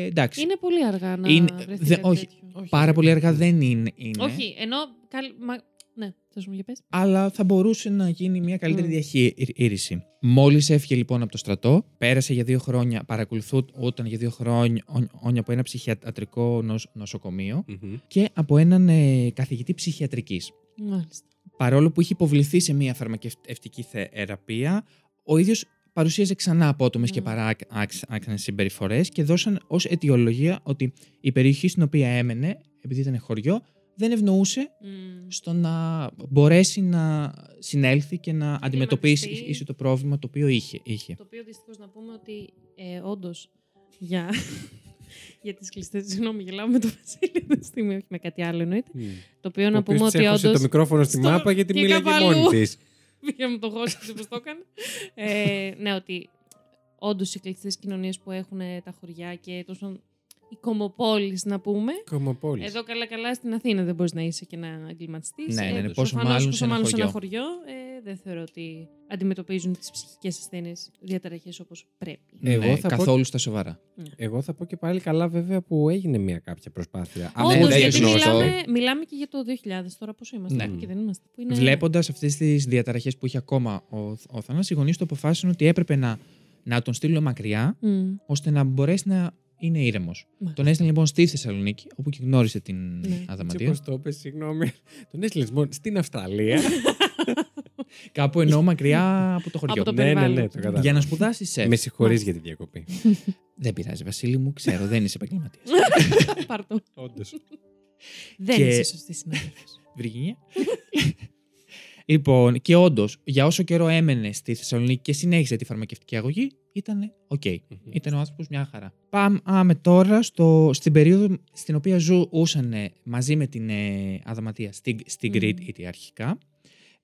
εντάξει. Είναι πολύ αργά να Είναι- βρεθεί δε- κάτι όχι, τέτοιο. Πάρα πολύ αργά δεν είναι. Ναι. είναι, Όχι, ενώ. καλ- μα- Ναι, θα σου μου για πες. Αλλά θα μπορούσε να γίνει μια καλύτερη Μμ. διαχείριση. Μόλις έφυγε λοιπόν από το στρατό, πέρασε για δύο χρόνια, παρακολουθούταν για δύο χρόνια όνια από ένα ψυχιατρικό νοσ- νοσοκομείο Μμμ. και από έναν ε, καθηγητή ψυχιατρικής. Μάλιστα. Παρόλο που είχε υποβληθεί σε μια φαρμακευτική θεραπεία, ο ίδιος παρουσίαζε ξανά απότομες και Mm. παράξενε συμπεριφορές και δώσαν ως αιτιολογία ότι η περιοχή στην οποία έμενε, επειδή ήταν χωριό, δεν ευνοούσε Μμ. στο να μπορέσει να συνέλθει και να αντιμετωπίσει Προβληματιστεί. ίσως το πρόβλημα το οποίο είχε. είχε. Το οποίο δυστυχώς να πούμε ότι ε, όντως για, για τις κλειστές. Συγγνώμη, γελάω με το Βασίλη αυτή τη στιγμή, όχι με κάτι άλλο εννοείται. Μμ. Το οποίο να Ο οποίος πούμε ότι τσέχωσε όντως. το μικρόφωνο στη στο- μάπα γιατί και μίλαγε κάπου αλλού. μόνη τη. Πήγα με το χώρο πώ το έκανε. Ε, ναι, ότι όντως οι κλειστές κοινωνίες που έχουν ε, τα χωριά και τόσο οι κομοπόλει να πούμε. Κομοπόλης. Εδώ καλά-καλά στην Αθήνα δεν μπορείς να είσαι και να Ε, εγκληματιστεί. Ναι, ναι, ναι, πόσο μάλλον σε ένα χωριό. ε, δεν θεωρώ ότι αντιμετωπίζουν τις ψυχικές ασθένειες διαταραχές όπως πρέπει. Εγώ ναι, θα πω- καθόλου στα σοβαρά. Εγώ θα πω και πάλι καλά βέβαια που έγινε μια κάποια προσπάθεια. Όμως, δεν Όπω δεν γιατί έγινε είναι γνωστό. μιλάμε, μιλάμε και για το 2000 τώρα, πόσο είμαστε. Ναι. Ναι. Και δεν είμαστε. Που είναι... Βλέποντας αυτές τις διαταραχές που είχε ακόμα ο, ο Θανάσης, οι γονείς του αποφάσισαν ότι έπρεπε να, να τον στείλουν μακριά Μμ, ώστε να μπορέσει να είναι ήρεμος. μάλιστα. Τον έστειλε λοιπόν στη Θεσσαλονίκη, όπου και γνώρισε την Ναι. Έτσι Αδαμαντία. όπως το είπες, συγγνώμη. Τον έστειλε μόνο στην Αυστραλία. Κάπου εννοώ μακριά από το χωριό. Από το ναι, ναι, περιβάλλον. ναι, το κατάλαβα. Για να σπουδάσει σεφ. Με συγχωρείς για τη διακοπή. Δεν πειράζει, Βασίλη μου, ξέρω, δεν είσαι επαγγελματίας. Πάρ' το. Όντως. Δεν Και- είσαι σωστή συνάδελφος. Βυργίνια. λοιπόν, και όντως, για όσο καιρό έμενε στη Θεσσαλονίκη και συνέχισε τη φαρμακευτική αγωγή, ήταν οκ. Ήταν ο άνθρωπος μια χαρά. Πάμε τώρα στο, στην περίοδο στην οποία ζούσαν μαζί με την ε, Αδαμαντία στην, στην Μμμ. Κρήτη αρχικά.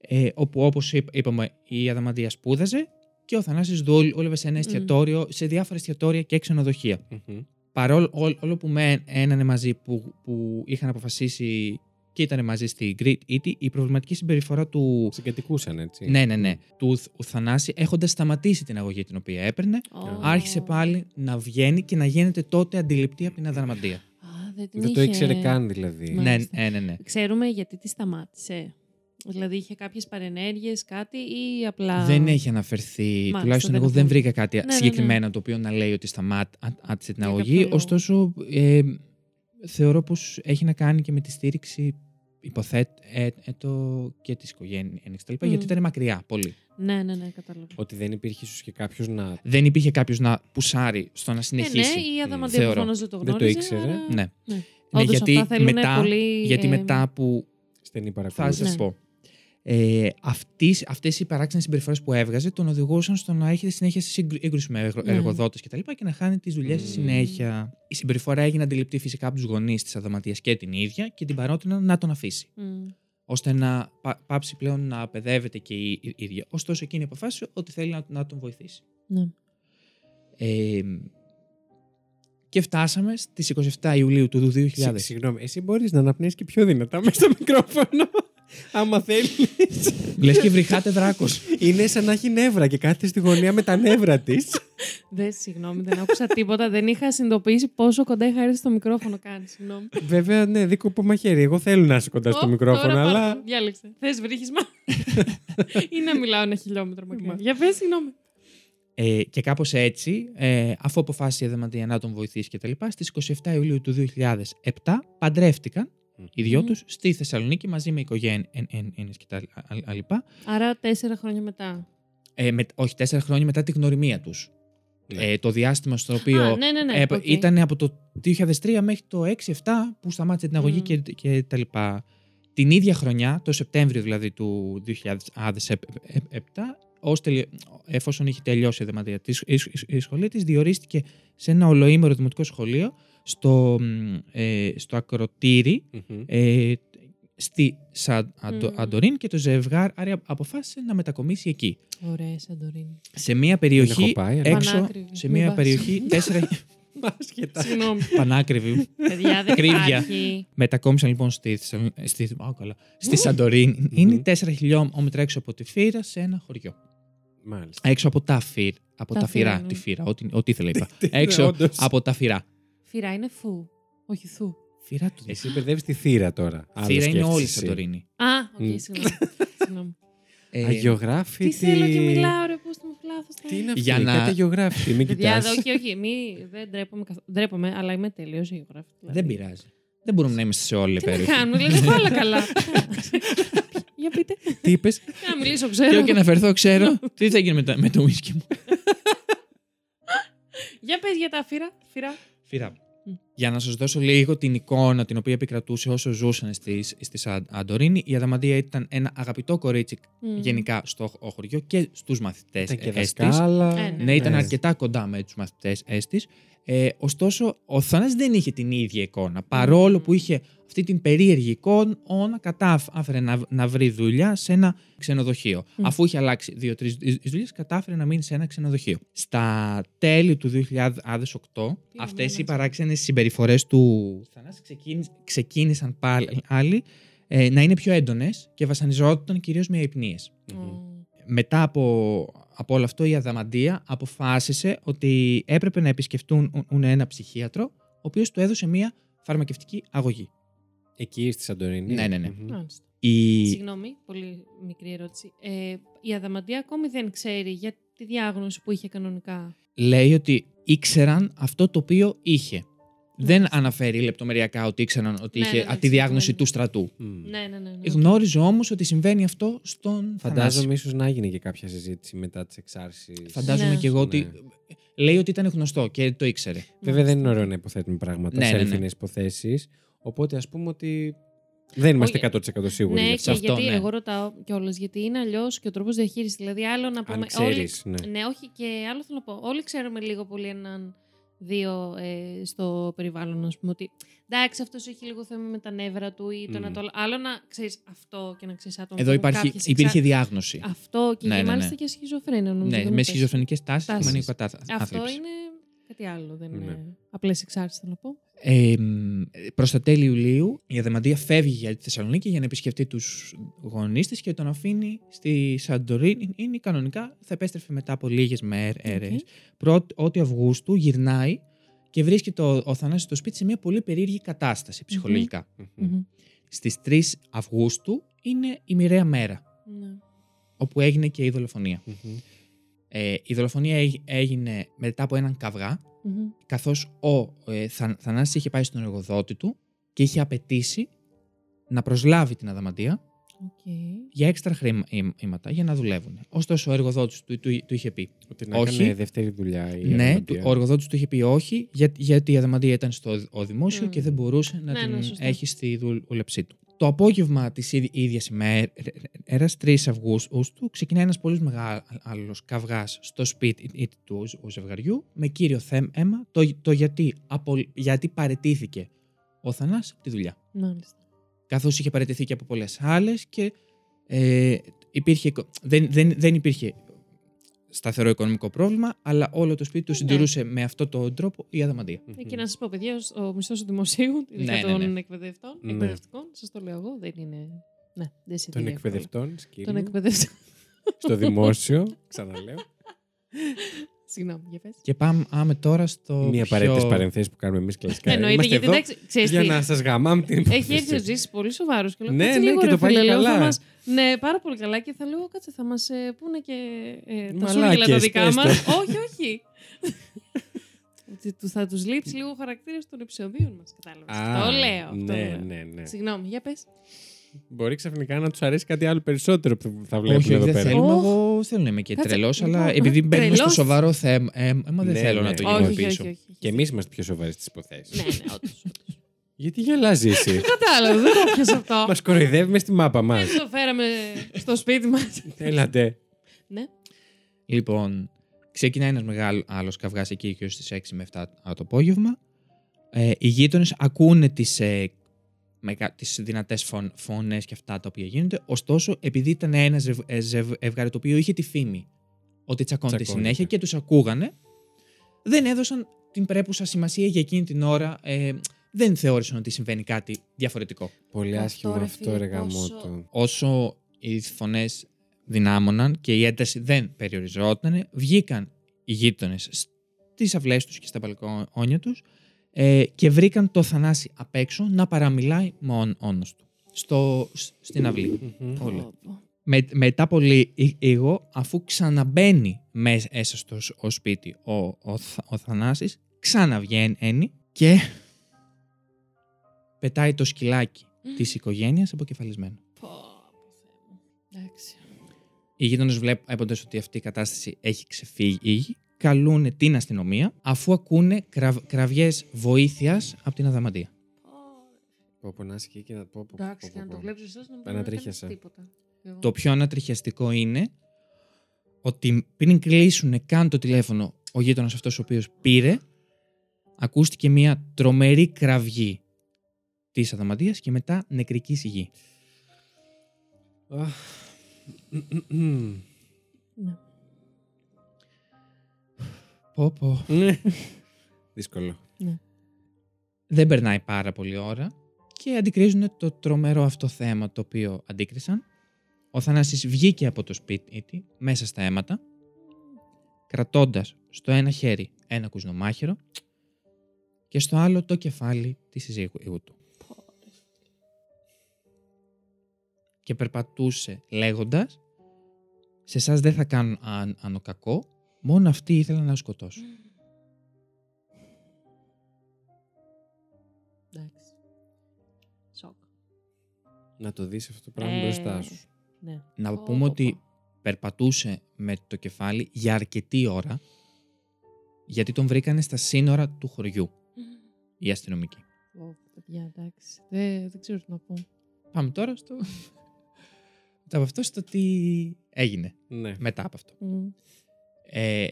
Ε, όπου όπως είπαμε, η Αδαμαντία σπούδαζε και ο Θανάσης Δούλ όλευε σε ένα εστιατόριο, σε διάφορα εστιατόρια και ξενοδοχεία. Μμμ. Παρόλο ό- όλο που με ένανε μαζί που, που είχαν αποφασίσει και ήταν μαζί στην Κρήτη, η προβληματική συμπεριφορά του. Συγκατοικούσαν έτσι. Ναι, ναι, ναι. Του Θ- Θανάση, έχοντας σταματήσει την αγωγή την οποία έπαιρνε, Ω. άρχισε πάλι να βγαίνει και να γίνεται τότε αντιληπτή από την αδραμαντία. Α, δεν, την Δεν το είχε. ήξερε καν δηλαδή. Μα- ναι, Μάλιστα. ναι, ναι, ναι. Ξέρουμε γιατί τη σταμάτησε. Δηλαδή είχε κάποιες παρενέργειες, κάτι ή απλά. Δεν έχει αναφερθεί, τουλάχιστον δεν εγώ δεν έχω- βρήκα κάτι ναι, ναι. συγκεκριμένα το οποίο να λέει ότι σταμάτησε την Για αγωγή. κάποιο λόγο. Ωστόσο, ε, θεωρώ πως έχει να κάνει και με τη στήριξη υποθέτω και της οικογένειας τα λοιπά, Μμμ. γιατί ήταν μακριά πολύ. Ναι, ναι, ναι, κατάλαβα. Ότι δεν υπήρχε ίσως και κάποιος να. Δεν υπήρχε κάποιος να πουσάρει στο να Ναι, ναι, συνεχίσει. η Αδαμαντία θεωρώ. προφανώς δεν το Δεν το γνώριζε. ήξερε. άρα- Ναι. Ναι. Ναι, Όντως γιατί αυτά θέλουν μετά- πολύ. Γιατί ε, μετά που Στενή θα παρακολούθηση. σας Ναι. πω. Ε, αυτής, αυτές οι παράξενες συμπεριφορές που έβγαζε τον οδηγούσαν στο να έχετε συνέχεια σε σύγκρου- σύγκρουση με εργο- Ναι. εργοδότες και τα λοιπά και να χάνει τις δουλειές στη Μμμ. συνέχεια. Η συμπεριφορά έγινε αντιληπτή φυσικά από τους γονείς της Αδαματίας και την ίδια και την παρότριναν να τον αφήσει. ε, μ, Ώστε να πα- πάψει πλέον να παιδεύεται και η η ίδια. Ωστόσο εκείνη αποφάσισε ότι θέλει να, να τον βοηθήσει. ναι. Ε, και φτάσαμε στις 27 Ιουλίου του 2000. Συ- Συγγνώμη, εσύ μπορείς να αναπνέεις και πιο δυνατά μέσα στο μικρόφωνο. Άμα θέλεις. Λες και βρυχάτε δράκος. Είναι σαν να έχει νεύρα και κάθεται στη γωνία με τα νεύρα της. Δεν, συγγνώμη, δεν άκουσα τίποτα. Δεν είχα συνειδητοποιήσει πόσο κοντά είχα έρθει στο μικρόφωνο καν. Συγγνώμη. Βέβαια, ναι, δίκοπο μαχαίρι. Εγώ θέλω να είσαι κοντά στο Ω, μικρόφωνο, τώρα αλλά. πάρτε. Διάλεξε. Θες βρίχισμα. ή να μιλάω ένα χιλιόμετρο μακριά. Για πες, συγγνώμη. Ε, και κάπως έτσι, ε, αφού αποφάσισε η Αδαμαντία να τον βοηθήσει και τα λοιπά, στις 27 Ιουλίου του 2007 παντρεύτηκαν Μμμ. οι δυο Μμμ. τους στη Θεσσαλονίκη μαζί με οικογένειες και τα α- α- λοιπά. Άρα τέσσερα χρόνια μετά. Ε, με, όχι, τέσσερα χρόνια μετά τη γνωριμία τους. Ναι. Ε, το διάστημα στο οποίο Α, ναι, ναι, ναι. ε, οκ. ήταν από το 2003 μέχρι το 2007 που σταμάτησε την αγωγή Μμμ. και, και τα λοιπά. Την ίδια χρονιά, το Σεπτέμβριο δηλαδή του 2007, ε, ως τελει- εφόσον είχε τελειώσει η δηματία της, η, σχ- η σχολή της, διορίστηκε σε ένα ολοήμερο δημοτικό σχολείο στο, μ, ε, στο Ακροτήρι, Μμμ. ε, στη Σαν Αντο- Μμμ. Αντορίνη και το ζευγάρι αποφάσισε να μετακομίσει εκεί. Ωραία, Σαντορίνη. Σε μια Δεν έχω περιοχή πάει, αλλά- έξω, Πανάκριβη. σε Μην μια πας. περιοχή τέσσερα Άσχετα. Συγγνώμη. πανάκριβη. Παιδιά, δεν Ακρίβεια. υπάρχει. Μετακόμισαν λοιπόν στη, Θεσσαλ- στη, α, καλά, στη Σαντορίνη. Είναι 4 χιλιόμετρα έξω από τη Φύρα σε ένα χωριό. Μάλιστα. Έξω από τα Φύρα. Από Τα τα, Φύρα, φυρά, ναι. τη φύρα, ό,τι, ό,τι ήθελα είπα. ναι, Έξω όντως. από τα φυρά. Φυρά είναι φου. Όχι θου. Φυρά του. Εσύ μπερδεύεις τη θύρα τώρα. Άλλο Φύρα είναι σκέφτεσαι όλη η εσύ. Σαντορίνη. Α, οκ, Μμ. συγγνώμη. Συγγνώμη. Ε, Αγιογράφητη. Τι θέλω και μιλάω, ρε, πώς το μου λάθος. τώρα. Τι είναι αυτή, Για να- κάτι αγιογράφητη, μην Παιδιά, κοιτάς. εδώ, όχι, όχι. Μη, δεν ντρέπομαι, καθ- ντρέπομαι, αλλά είμαι τελείως γεωγράφη. δεν πειράζει. Δεν μπορούμε να είμαστε σε όλη Τι να περίπου. κάνουμε, δηλαδή δεν πάω όλα καλά. Για πείτε. Τι είπες, Να μιλήσω, Και ξέρω. ναι. ό,τι να φερθώ, ξέρω τι θα γίνει με, τα- με το whisky μου. Για πες για τα φύρα. φύρα. Φύρα. Μμ. Για να σας δώσω λίγο την εικόνα την οποία επικρατούσε όσο ζούσαν στη, στη Σαν- Αντορίνη, η Αδαμαντία ήταν ένα αγαπητό κορίτσι Μμμ. γενικά στο χ- χωριό και στους μαθητές ήταν και τη. δασκάλα. Ε, ναι. Ναι, ήταν Ναι. αρκετά κοντά με τους μαθητές τη. Ε, ωστόσο, ο Θανάσης δεν είχε την ίδια εικόνα. Παρόλο που είχε αυτή την περίεργη εικόνα, κατάφερε να, να βρει δουλειά σε ένα ξενοδοχείο. Μμ. Αφού είχε αλλάξει δύο-τρει δουλειές, κατάφερε να μείνει σε ένα ξενοδοχείο. Στα τέλη του 2008, αυτέ μόνος. οι παράξενε συμπεριφορέ του Θανάση ξεκίνη- ξεκίνησαν πάλι άλλοι, ε, να είναι πιο έντονες και βασανιζόταν κυρίως με υπνίες Μμμ. μετά από, από όλο αυτό η Αδαμαντία αποφάσισε ότι έπρεπε να επισκεφτούν ένα ψυχίατρο ο οποίος του έδωσε μία φαρμακευτική αγωγή. Εκεί στη Σαντορίνη. Ναι, ναι, ναι. Μμμ. Μάλιστα. Η... Συγγνώμη, πολύ μικρή ερώτηση. Ε, η Αδαμαντία ακόμη δεν ξέρει για τη διάγνωση που είχε κανονικά. Λέει ότι ήξεραν αυτό το οποίο είχε. Δεν Μάλιστα. αναφέρει λεπτομεριακά ότι ήξεραν ότι Ναι, είχε ναι, ναι, α, τη διάγνωση ξεκάθαρα. του στρατού. Μμμ. Ναι, ναι, ναι. ναι. Γνώριζε όμως ότι συμβαίνει αυτό στον Θανάση. Φαντάζομαι ίσως να έγινε και κάποια συζήτηση μετά τις εξάρσεις. Φαντάζομαι Ναι. και εγώ ότι. Ναι. Λέει ότι ήταν γνωστό και το ήξερε. Βέβαια δεν είναι ωραίο να υποθέτουμε πράγματα Ναι, σε ναι, ναι. αληθινές υποθέσεις. Οπότε ας πούμε ότι δεν είμαστε 100% σίγουροι γι' Ναι, αυτό. και αυτό. Σε αυτό, γιατί ναι. εγώ ρωτάω κιόλας, γιατί είναι αλλιώς και ο τρόπος διαχείρισης. Δηλαδή, άλλο να πούμε. Αν όλοι, ξέρει. Ναι. ναι, όχι και άλλο θέλω να πω. Όλοι ξέρουμε λίγο πολύ έναν δύο ε, στο περιβάλλον, ας πούμε. Ότι εντάξει, αυτός έχει λίγο θέμα με τα νεύρα του ή το Μμμ. ένα το άλλο. Άλλο να ξέρεις αυτό και να ξέρεις άτομα. Εδώ που έχουν υπάρχει, κάποιες υπήρχε εξάρ- διάγνωση. Αυτό και, Ναι, και ναι, μάλιστα ναι. και σχιζοφρένεια νομίζω. Ναι, δεν με μου πες. σχιζοφρενικέ τάσεις και Τάσεις. μανιωκό κατάθλιψη. Αυτό είναι κάτι άλλο. Δεν Ναι. είναι απλές εξάρτησει, θέλω να πω. Ε, Προ τα τέλη Ιουλίου, η Αδαμαντία φεύγει για τη Θεσσαλονίκη για να επισκεφτεί τους γονείς της και τον αφήνει στη Σαντορίνη. Είναι κανονικά, θα επέστρεφε μετά από λίγες μέρες. Οκ. Ότι Αυγούστου γυρνάει και βρίσκεται ο, ο Θανάσης στο σπίτι σε μια πολύ περίεργη κατάσταση ψυχολογικά. Μμμ. Μμμ. Στις 3 Αυγούστου είναι η μοιραία μέρα, Ναι. όπου έγινε και η δολοφονία. Μμμ. Ε, η δολοφονία έγι- έγινε μετά από έναν καυγά Μμμ. καθώς ο ε, θα, Θανάσης είχε πάει στον εργοδότη του και είχε απαιτήσει να προσλάβει την Αδαμαντία Οκ. για έξτρα χρήματα για να δουλεύουν. Ωστόσο, ο εργοδότης του, του, του είχε πει Ότι να Όχι. έκανε δεύτερη δουλειά. η ναι, του, Αδαμαντία. ο εργοδότης του είχε πει όχι, για, γιατί η Αδαμαντία ήταν στο δ- ο δημόσιο Μμμ. και δεν μπορούσε να Ναι, την ναι, σωστά. έχει στη δούλεψή του. Το απόγευμα της ίδια ε, ημέρα, 3 Αυγούστου, ξεκινάει ένας πολύ μεγάλος καυγάς στο σπίτι ε, του ζ- ζευγαριού με κύριο θέμα το, το γιατί, απολ- γιατί παρετήθηκε ο Θανάσης από τη δουλειά. Μάλιστα. Καθώς είχε παραιτηθεί και από πολλές άλλες και ε, υπήρχε, οικο- δεν, δεν, δεν υπήρχε σταθερό οικονομικό πρόβλημα, αλλά όλο το σπίτι του Ναι. συντηρούσε με αυτόν τον τρόπο η Αδαμαντία. Μμμ. Ε, Και να σας πω, παιδιά, ο- ο μισθό του δημοσίου, ειδικά Ναι, ναι, των ναι. εκπαιδευτών, Ναι. εκπαιδευτικών, σας το λέω εγώ, δεν είναι. Ναι, δεν σε Των τηρεί εύκολα. εκπαιδευτών, σκύλου, Των εκπαιδευτών. στο δημόσιο. Ξαναλέω. Συγγνώμη, για πες. Και πάμε άμε τώρα στο. Μία πιο- απαραίτητες παρενθέσεις που κάνουμε εμείς κλασικά. Εννοείται, Είμαστε γιατί εδώ εντάξει, ξέρεις Για τι. να σας γαμάμε την υπόθεση. Έχει έρθει ο Ζήσης πολύ σοβαρός και λέω: Ναι, «Κάτσε ναι, λίγο, και ρε το πάει φίλε», και λέω, θα καλά. μας- Ναι, πάρα πολύ καλά. Και θα λέω: Κάτσε, θα μας πούνε και ε, τα Μαλάκες, σούργελα τα δικά πες μα. το. όχι, όχι. Ότι του- θα τους λείψει λίγο ο χαρακτήρας των επεισοδίων μας. Κατάλαβες. Α, Το λέω. αυτό το Ναι, λέω. ναι, ναι. Συγγνώμη, για πες. Μπορεί ξαφνικά να τους αρέσει κάτι άλλο περισσότερο που θα βλέπουν Όχι, εδώ δεν πέρα. θέλω. Ωχ. Εγώ θέλω να είμαι και Κάτσε, τρελός, αλλά λοιπόν, επειδή μπαίνουμε στο τρελός. σοβαρό θέμα, ε, ε, μα δεν Ναι, θέλω ναι. ναι, να το Όχι, Όχι, όχι, γεμοποιήσω. όχι. Και εμείς είμαστε πιο σοβαροί στις υποθέσεις. Ναι, ναι, όντως, όντως. Γιατί γελάζει εσύ. Κατάλαβε, δεν το πιάσα αυτό. Μας κοροϊδεύουμε στη μάπα μας. Δεν το φέραμε στο σπίτι μας. Έλατε. ναι. Λοιπόν, ξεκινάει ένας μεγάλο άλλος καυγάς εκεί, γύρω στι 6 με 7 το απόγευμα. Ε, οι γείτονες ακούνε τις ε, μεγα- τις δυνατές φων, φωνές και αυτά τα οποία γίνονται. Ωστόσο, επειδή ήταν ένας ζευ, ε, ζευ, ζευγάρι το οποίο είχε τη φήμη ότι τσακώνεται Τσακώνεται. συνέχεια και τους ακούγανε, δεν έδωσαν την πρέπουσα σημασία για εκείνη την ώρα. Ε, δεν θεώρησαν ότι συμβαίνει κάτι διαφορετικό. Πολύ Αυτό, άσχημο ρε αυτό, φίλε, ρε πόσο- γαμότο. όσο οι φωνές δυνάμωναν και η ένταση δεν περιοριζόταν, βγήκαν οι γείτονες στις αυλές τους και στα μπαλκόνια τους ε, και βρήκαν το Θανάση απ' έξω να παραμιλάει μόνο του. Στο, σ- στην αυλή. Μμμ. Όλα. Πω, πω. Με, μετά πολύ ή- λίγο, αφού ξαναμπαίνει μέσα στο σ- ο σπίτι ο, ο, Θα- ο Θανάσης, ξαναβγαίνει και πετάει το σκυλάκι της οικογένειας αποκεφαλισμένο. Πω, πω, Θεέ μου. Εντάξει. Οι γείτονες βλέποντας ότι αυτή η κατάσταση έχει ξεφύγει, καλούν την αστυνομία αφού ακούνε κραβ, κραυγές βοήθειας από την Αδαμαντία. Πω, πω, να είσαι εκεί και να πω. πω, Εντάξει, πω, και να πω, το πω. βλέπεις εσύ, να μην Ανατρίχιασα. κάνεις τίποτα. Εγώ. Το πιο ανατριχιαστικό είναι ότι πριν κλείσουν καν το τηλέφωνο ο γείτονας αυτός ο οποίος πήρε, ακούστηκε μια τρομερή κραυγή της Αδαμαντίας και μετά νεκρική σιγή. Αχ. Μμμ. Ναι. Πω, πω. Ναι. Δύσκολο. Δεν περνάει πάρα πολύ ώρα και αντικρίζουν το τρομερό αυτό θέμα το οποίο αντίκρισαν. Ο Θανάσης βγήκε από το σπίτι μέσα στα αίματα, κρατώντας στο ένα χέρι ένα κουζνομάχαιρο και στο άλλο το κεφάλι της συζύγου του. Και περπατούσε λέγοντας «Σε εσάς δεν θα κάνω αν, άνω κακό, μόνο αυτοί ήθελαν να σκοτώσουν». Εντάξει. Σοκ. Να το δεις αυτό το πράγμα Ε, μπροστά σου. Ναι. Να Πω, πούμε πω, ότι πω. περπατούσε με το κεφάλι για αρκετή ώρα, γιατί τον βρήκανε στα σύνορα του χωριού, οι αστυνομικοί. Ω, παιδιά, εντάξει. Δεν, δεν ξέρω τι να πω. Πάμε τώρα στο... μετά από αυτό στο τι έγινε Ναι. μετά από αυτό. Μμ. Ε,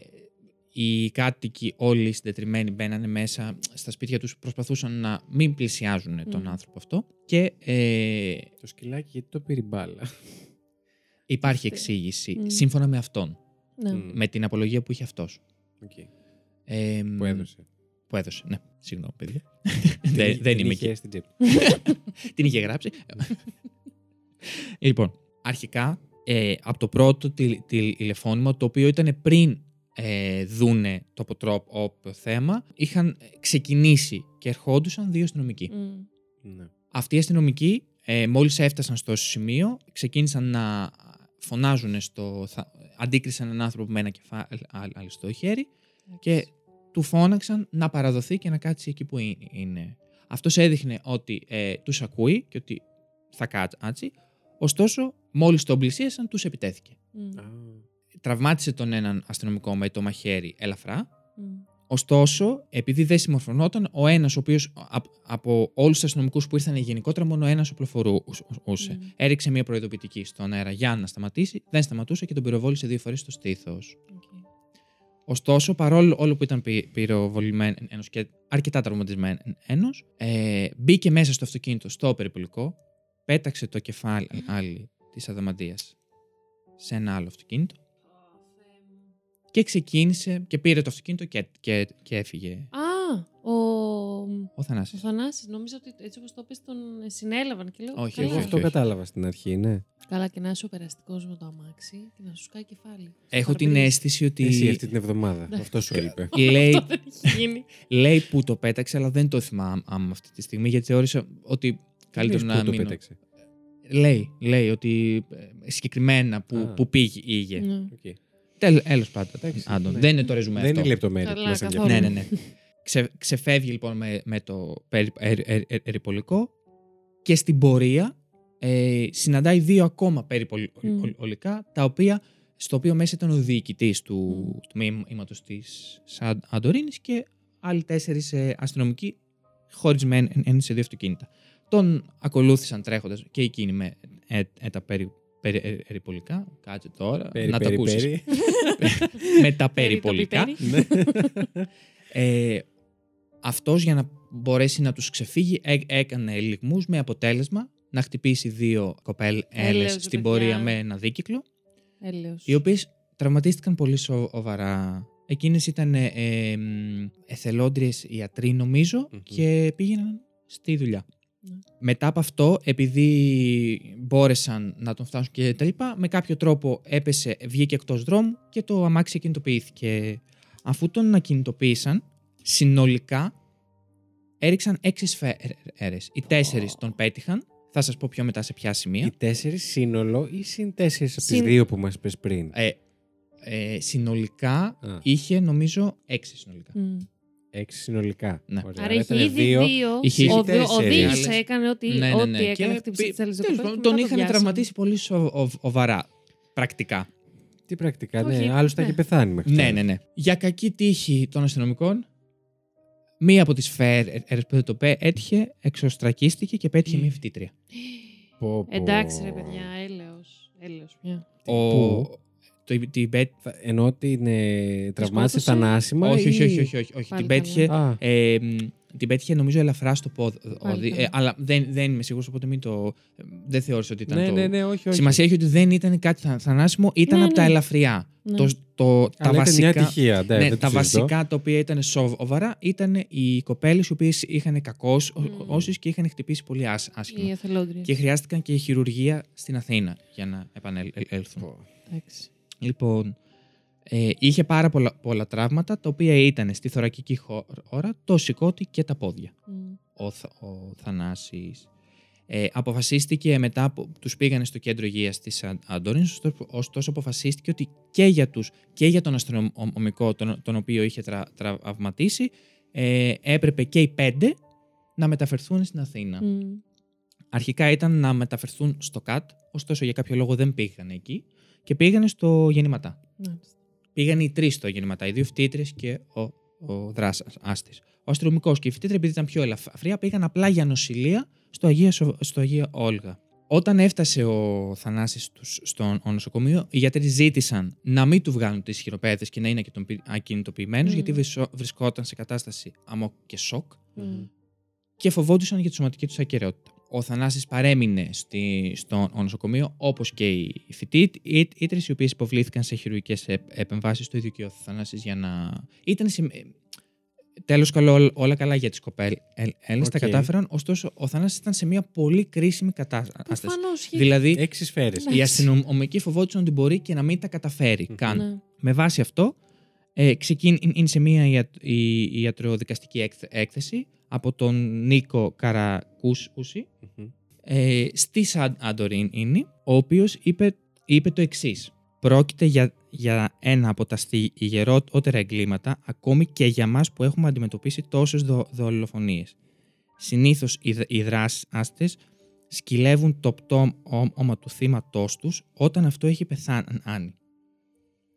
οι κάτοικοι όλοι συντετριμένοι μπαίνανε μέσα στα σπίτια τους, προσπαθούσαν να μην πλησιάζουν τον Μμμ. άνθρωπο αυτό και ε, Το σκυλάκι γιατί το πήρε μπάλα. Αυτή. υπάρχει εξήγηση Μμ. σύμφωνα με αυτόν, Ναι. Μμ. με την απολογία που είχε αυτός. Οκ. Ε, Που έδωσε. Που έδωσε, ναι. Συγγνώμη, παιδιά. Την δεν, είχε- δεν την είμαι είχε εκεί. στην τσέπη. Την είχε γράψει. λοιπόν, αρχικά ε, από το πρώτο τη, τη- τηλεφώνημα, το οποίο ήταν πριν ε, δούνε το αποτρόπο θέμα, είχαν ξεκινήσει και ερχόντουσαν δύο αστυνομικοί. Μμ. Ναι. Αυτοί οι αστυνομικοί, ε, μόλις έφτασαν στο σημείο, ξεκίνησαν να φωνάζουν στο... θα- αντίκρισαν έναν άνθρωπο με ένα κεφάλι στο χέρι και του φώναξαν να παραδοθεί και να κάτσει εκεί που ε- είναι. Αυτός έδειχνε ότι ε, τους ακούει και ότι θα κάτσει. Ωστόσο, μόλις τον πλησίασαν, τους επιτέθηκε. Μμ. Α, Τραυμάτισε τον έναν αστυνομικό με το μαχαίρι ελαφρά, Μμ. Ωστόσο, επειδή δεν συμμορφωνόταν, ο ένας, ο οποίος από όλους τους αστυνομικούς που ήρθαν γενικότερα, μόνο ένας οπλοφορούσε. Μμμ. Έριξε μια προειδοποιητική στον αέρα για να σταματήσει, δεν σταματούσε και τον πυροβόλησε δύο φορές στο στήθος. Οκ. Ωστόσο, παρόλο όλο που ήταν πυ- πυροβολημένος και αρκετά τραυματισμένος, ε, μπήκε μέσα στο αυτοκίνητο, στο περιπολικό, πέταξε το κεφάλι άλλη, της αδαμαντίας σε ένα άλλο αυτοκίνητο και ξεκίνησε και πήρε το αυτοκίνητο και, και, και έφυγε Α, ο, ο ο Θανάσης. Θανάσης, νομίζω ότι έτσι όπως το είπες τον ε, συνέλαβαν και λέω Όχι, καλά. Εγώ όχι, αυτό όχι. κατάλαβα στην αρχή, ναι. Καλά και να είσαι ο περαστικός με το αμάξι και να σου σκάει κεφάλι. Έχω την Παραπλήσει. αίσθηση ότι Εσύ αυτή την εβδομάδα. Ναι. Αυτό Ε, σου έλειπε. λέει, Αυτό δεν έχει γίνει. λέει που το πέταξε, αλλά δεν το θυμάμαι αυτή τη στιγμή, γιατί θεώρησα ότι καλύτερο Πες να πού το μείνω. πέταξε. Λέει, λέει ότι ε, συγκεκριμένα που, Α. που πήγε. Ήγε. Ναι. Οκ. Τέλο πάντων. Εντάξει, Άντων, ναι. Δεν είναι το ρεζουμέ Δεν είναι αυτό. η λεπτομέρεια που Καλά, μας καθόλου. Ναι, ναι, ναι. Ξε, ξεφεύγει λοιπόν με, με το ε, περι- ερ- ερ- ερ- περιπολικό και στην πορεία ε, συναντάει δύο ακόμα περιπολικά, τα οποία, στο οποίο μέσα ήταν ο διοικητής του, Μμ. του μήματο τη Αντορίνη και άλλοι τέσσερις ε, αστυνομικοί χωρισμένη εν- εν- σε δύο αυτοκίνητα. Τον ακολούθησαν τρέχοντας και εκείνη με ε, ε, τα περι, περι- ε, περιπολικά. Κάτσε τώρα. Περι, ναι. να Ναι, περι, τα ακούσεις. περι. με τα Περί το περιπολικά. πιπέρι. Ναι. Ε, αυτός για να μπορέσει να τους ξεφύγει έ- έκανε λιγμούς με αποτέλεσμα να χτυπήσει δύο κοπέλ Έλεος, έλες ρε στην παιδιά. πορεία με ένα δίκυκλο Έλεος. οι οποίες τραυματίστηκαν πολύ σοβαρά. Εκείνες ήταν ε, ε, μ, εθελόντριες ιατροί νομίζω, Μμμ. και πήγαιναν στη δουλειά. Ναι. Μετά από αυτό, επειδή μπόρεσαν να τον φτάσουν και τα λοιπά, με κάποιο τρόπο έπεσε, βγήκε εκτός δρόμου και το αμάξι ακινητοποιήθηκε. Αφού τον ακινητοποίησαν, συνολικά έριξαν έξι σφαίρες. Οι τέσσερις τον πέτυχαν. Θα σας πω πιο μετά σε ποια σημεία. Οι τέσσερις σύνολο ή συν τέσσερις από τις Συν- δύο που μας είπες πριν. Ε, ε, συνολικά Α. είχε νομίζω έξι συνολικά. Μ. Έξι συνολικά. Ναι. Ωραία, Άρα ήτανε είχε ήδη δύο. Είχε Ο, ήδη δύο- ο τέσσερις. Δίγης έκανε ό,τι Ναι, ναι, ό,τι ναι. έκανε. Και χτύπησε πι- τις άλλες τέλος κοπέλες πάντων, και Τον μετά το είχαν βιάσανε. τραυματίσει πολύ σο- ο- σοβαρά. Πρακτικά. Τι πρακτικά, Όχι, ναι. Άλλο τα ναι. είχε πεθάνει μέχρι Ναι, τώρα. ναι, ναι. Για κακή τύχη των αστυνομικών, μία από τις φέρες που δεν το πέ- έτυχε, εξωστρακίστηκε και πέτυχε μία φοιτήτρια. ναι. Πω, πω. Εντάξει ρε παιδιά, έλεος. Έλεος πια. Ο... Πού? Το, την πέ- Θα- Ενώ την ε, τραυμάτισε σκότωσε. θανάσιμα. όχι, ή- όχι, όχι, όχι, όχι, όχι. Πάλι Την πέτυχε, Α, ε, μ, την πέτυχε νομίζω ελαφρά στο πόδι. Πάλι ε, καλά. αλλά δεν, δεν είμαι σίγουρος, οπότε μην το... ε, Δεν θεώρησε ότι ήταν ναι, το... ναι, ναι, όχι, όχι. Σημασία έχει ότι δεν ήταν κάτι θα- θανάσιμο, ήταν Ναι, από τα ναι. ελαφριά. Ναι. Το, το, Αλλά τα ήταν βασικά... μια ατυχία. Ναι, Ναι, δεν τα το συζητώ. βασικά τα οποία ήταν σοβαρά ήταν οι κοπέλες οι οποίες είχαν κακώ Μμμ. όσει και είχαν χτυπήσει πολύ άσ- άσχημα. Οι εθελόντριες. Και χρειάστηκαν και χειρουργία στην Αθήνα για να επανέλθουν. Πω. Εντάξει. Λοιπόν, ε, είχε πάρα πολλά, πολλά τραύματα τα οποία ήταν στη θωρακική χω- χώρα, το σηκώτη και τα πόδια. Μ. Ο, Θ- ο Θανάσης ε, αποφασίστηκε μετά που τους πήγανε στο κέντρο υγείας της Αν- Αντώνης, ωστόσο- ωστόσο αποφασίστηκε ότι και για τους και για τον αστυνομικό τον, τον οποίο είχε τρα- τραυματίσει ε, έπρεπε και οι πέντε να μεταφερθούν στην Αθήνα. Μ. Αρχικά ήταν να μεταφερθούν στο ΚΑΤ, ωστόσο για κάποιο λόγο δεν πήγαν εκεί και πήγανε στο Γεννηματά. Μάλιστα. Πήγαν οι τρεις στο γεννηματά, οι δύο φοιτήτρε και ο, ο δράστη. Ο αστυνομικός και η φοιτήτρια, επειδή ήταν πιο ελαφριά, πήγαν απλά για νοσηλεία στο Αγία, Σο- στο Αγία Όλγα. Όταν έφτασε ο Θανάσης τους στο νοσοκομείο, οι γιατροί ζήτησαν να μην του βγάλουν τις χειροπέδες και να είναι ακινητοποιημένο, Μμμ. γιατί βρισό- βρισκόταν σε κατάσταση αμόκ και σοκ Μ. και φοβόντουσαν για τη σωματική τους ακαιρεότητα. Ο Θανάσης παρέμεινε στη, στο νοσοκομείο, όπως και οι φοιτήτρες, οι οποίες υποβλήθηκαν σε χειρουργικές επ- επεμβάσεις, το ίδιο και ο Θανάσης για να... Ήταν σε... ε, Τέλος καλό, ό- όλα καλά για τις κοπέλες, τα Οκ. κατάφεραν, ωστόσο ο Θανάσης ήταν σε μια πολύ κρίσιμη κατάσταση. Προφανώς. χι- Δηλαδή, Έξι σφαίρες. Ναι. οι αστυνομικοί φοβόντουσαν ότι μπορεί και να μην τα καταφέρει Μμμ. καν. Ναι. Με βάση αυτό, ε, ξεκίνησε μία ια- η, η ιατροδικαστική έκθε- έκθεση από τον Νίκο Καρακούσουση Μμμ. ε, στη Σαν Αντορίνη, ο οποίος είπε, είπε το εξής. Πρόκειται για, για ένα από τα στιγερότερα εγκλήματα, ακόμη και για μας που έχουμε αντιμετωπίσει τόσες δο, δολοφονίες. Συνήθως οι, δ- οι δράσαστες σκυλεύουν το πτώμα του θύματός τους όταν αυτό έχει πεθάνει.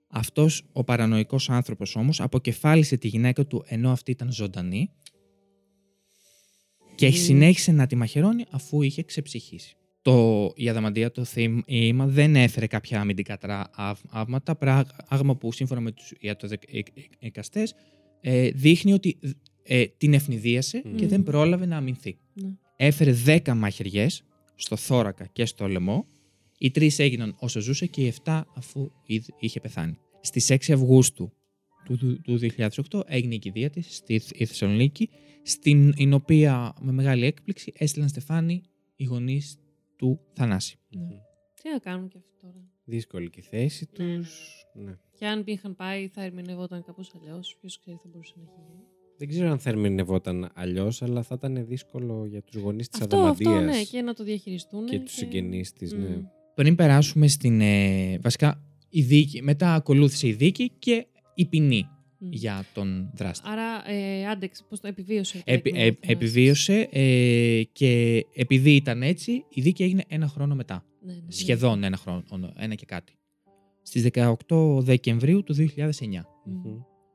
Αυτός ο παρανοϊκός άνθρωπος όμως αποκεφάλισε τη γυναίκα του ενώ αυτή ήταν ζωντανή και Μμμ. συνέχισε να τη μαχαιρώνει αφού είχε ξεψυχήσει. Το, η αδαμαντία το θύμα δεν έφερε κάποια αμυντικά τραύματα, πράγμα που σύμφωνα με τους ιατροδικαστές ε, δείχνει ότι ε, την ευνηδίασε Μμμ. και δεν πρόλαβε να αμυνθεί. Ναι. Έφερε 10 μαχαιριές στο θώρακα και στο λαιμό. Οι τρεις έγιναν όσο ζούσε και οι 7 αφού ήδη είχε πεθάνει. Στις 6 Αυγούστου του, του, του 2008 έγινε η κηδεία της στη Θ- η Θεσσαλονίκη, στην την οποία με μεγάλη έκπληξη έστειλαν στεφάνι οι γονείς του Θανάση. Ναι. Τι να κάνουν κι αυτό τώρα. Δύσκολη και η θέση Ναι, ναι, τους. Ναι. Και αν είχαν πάει, θα ερμηνεύονταν κάπως αλλιώς. Ποιος ξέρει, θα μπορούσε να έχει γίνει. Δεν ξέρω αν θα ερμηνευόταν αλλιώς, αλλά θα ήταν δύσκολο για τους γονείς της Αυτό, αυτό, Αδαμαντίας ναι, και να το διαχειριστούν. και τους συγγενείς της. Ναι. Μμ. Πριν περάσουμε στην. ε, βασικά, η δίκη. Μετά ακολούθησε η δίκη και η ποινή Μμ. για τον δράστη. Άρα ε, άντεξε, πώς το επιβίωσε. το Επι- έκλεισμα ε- του Θανάση. επιβίωσε ε, και επειδή ήταν έτσι, η δίκη έγινε ένα χρόνο μετά. Ναι, ναι, ναι. Σχεδόν ένα χρόνο, ένα και κάτι. Στις 18 Δεκεμβρίου του 2009. Μμ.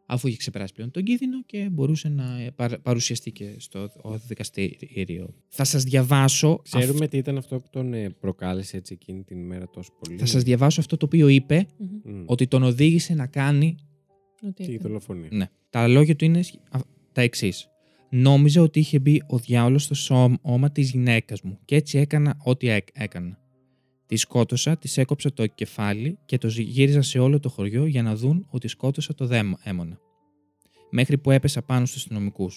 αφού είχε ξεπεράσει πλέον τον κίνδυνο και μπορούσε να ε, παρα- παρουσιαστεί και στο δικαστήριο. Θα σας διαβάσω... Ξέρουμε αυτό- τι ήταν αυτό που τον ε, προκάλεσε έτσι εκείνη την ημέρα τόσο πολύ. Θα σας διαβάσω αυτό το οποίο είπε Μμμ. Μμμ. ότι τον οδήγησε να κάνει Ότι Τι έκανε. δολοφονία. Ναι. Τα λόγια του είναι σχ- α- τα εξής. Νόμιζα ότι είχε μπει ο διάολος στο σώμα της γυναίκας μου και έτσι έκανα ό,τι έκ- έκανα. Τη σκότωσα, της έκοψα το κεφάλι και το ζυ- γύριζα σε όλο το χωριό για να δουν ότι σκότωσα το δέμα- έμονα. Μέχρι που έπεσα πάνω στους αστυνομικούς.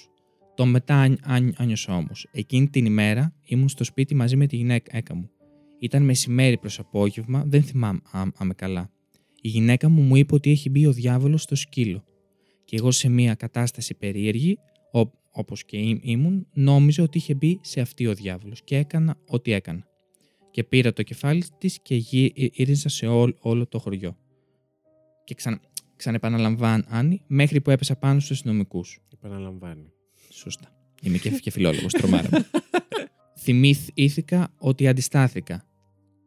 Το μετά αν- αν- άνιωσα όμως. Εκείνη την ημέρα ήμουν στο σπίτι μαζί με τη γυναίκα μου. Ήταν μεσημέρι προς απόγευμα, δεν θυμάμαι άμ- καλά. Η γυναίκα μου μου είπε ότι έχει μπει ο διάβολος στο σκύλο και εγώ σε μια κατάσταση περίεργη, ό- όπως και ή- ήμουν, νόμιζα ότι είχε μπει σε αυτή ο διάβολος και έκανα ό,τι έκανα. Και πήρα το κεφάλι της και γύριζα σε ό- όλο το χωριό. Και ξανα, ξανεπαναλαμβάνω, Άννη, μέχρι που έπεσα πάνω στους αστυνομικούς. Επαναλαμβάνει. Σωστά. Είμαι και, και φιλόλογος, τρομάρα μου. Θυμήθηκα ότι αντιστάθηκα.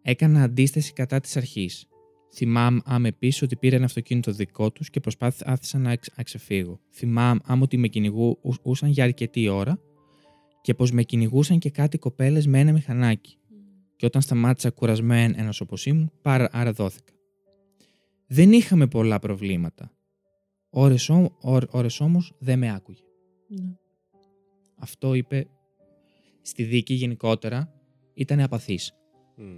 Έκανα αντίσταση κατά της αρχής. Θυμάμαι επίσης ότι πήρα ένα αυτοκίνητο δικό τους και προσπάθησα να εξ- να ξεφύγω. Θυμάμαι ότι με κυνηγούσαν για αρκετή ώρα και πως με κυνηγούσαν και κάτι κοπέλες με ένα μηχανάκι. Και όταν σταμάτησα κουρασμένο όπως ήμουν, πάρα άρα δόθηκα. Δεν είχαμε πολλά προβλήματα. Ώρες, ό, ώρες όμως δεν με άκουγε. Ναι. Αυτό είπε στη δίκη γενικότερα ήταν απαθής, Μμ.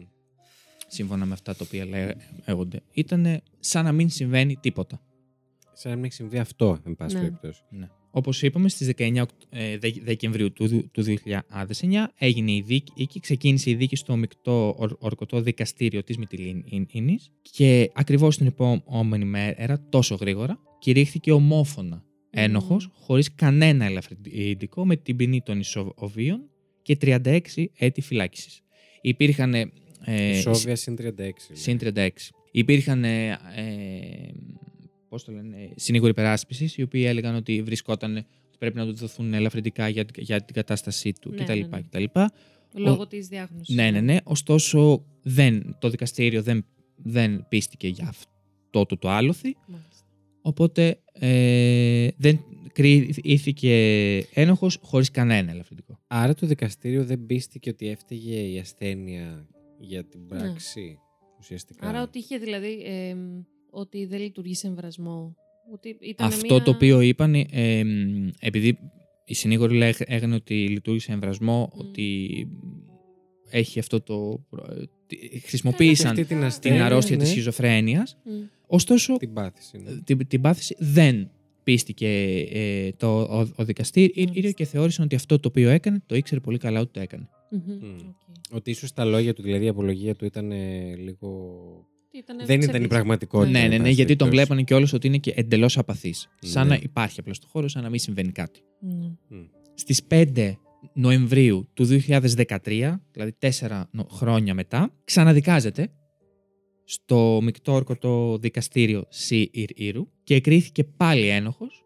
σύμφωνα με αυτά τα οποία λέ- λέγονται. Ήταν σαν να μην συμβαίνει τίποτα. Σαν να μην έχει συμβεί αυτό, εν πάση Ναι. περιπτώσει. Ναι. Όπως είπαμε, στις 19 Οκ- ε, Δε- Δεκεμβρίου του, δου- του 2009 έγινε η δίκη και ξεκίνησε η δίκη στο μεικτό ορ- ορκωτό δικαστήριο της Μυτιλίνης και ακριβώς την επόμενη μέρα, τόσο γρήγορα, κηρύχθηκε ομόφωνα ένοχος, χωρίς κανένα ελαφρυντικό, με την ποινή των ισοβίων και 36 έτη φυλάκισης. Υπήρχαν... ε, Ε, ε, Σόβια συν 36. Συν 36. Υπήρχαν. Ε, Πώς το λένε, συνήγοροι περάσπιση, οι οποίοι έλεγαν ότι βρισκόταν ότι πρέπει να του δοθούν ελαφρυντικά για, την- για την κατάστασή του Ναι, κτλ. ναι, ναι. κτλ. Λόγω της διάγνωσης. Ναι, ναι, ναι. Ωστόσο, δεν, το δικαστήριο δεν, δεν πίστηκε για αυτό το, το άλοθη. Οπότε ε, δεν κρίθηκε ένοχος χωρίς κανένα ελαφρυντικό. Άρα το δικαστήριο δεν πίστηκε ότι έφταιγε η ασθένεια για την πράξη. Ουσιαστικά. Ναι. Άρα ότι είχε δηλαδή. ε, ότι δεν λειτουργεί σε εμβρασμό. Ότι ήταν Αυτό μια... το οποίο είπαν, ε, εμ, επειδή οι συνήγοροι λέγ- έγανε ότι λειτουργήσε εμβρασμό, Μμ. ότι έχει αυτό το. προ- τι- Και Χρησιμοποίησαν αυτή την ασθένεια. την ναι, αρρώστια ναι. της σχιζοφρένειας. Μμ. Ωστόσο, Την πάθηση. ναι. την, την πάθηση δεν πίστηκε ε, το, ο, ο Μάλιστα. δικαστήριο και θεώρησαν ότι αυτό το οποίο έκανε το ήξερε πολύ καλά ότι το έκανε. Μμμ. Μμ. Οκ. Ότι ίσως τα λόγια του, δηλαδή η απολογία του ήταν ε, λίγο. Τι ήτανε, δεν ήταν η ξεπλήξε. πραγματικότητα. Ναι, εν ναι, ναι, πάση γιατί τον περιπτώσει. βλέπανε κιόλας ότι είναι και εντελώς απαθής. Σαν Ναι. να υπάρχει απλά στο χώρο, σαν να μην συμβαίνει κάτι. Ναι. στις 5 Νοεμβρίου του 2013, δηλαδή τέσσερα νο- χρόνια μετά, ξαναδικάζεται στο μεικτό ορκωτό δικαστήριο Σι Ιρ- Ήρου και εκρίθηκε πάλι ένοχος.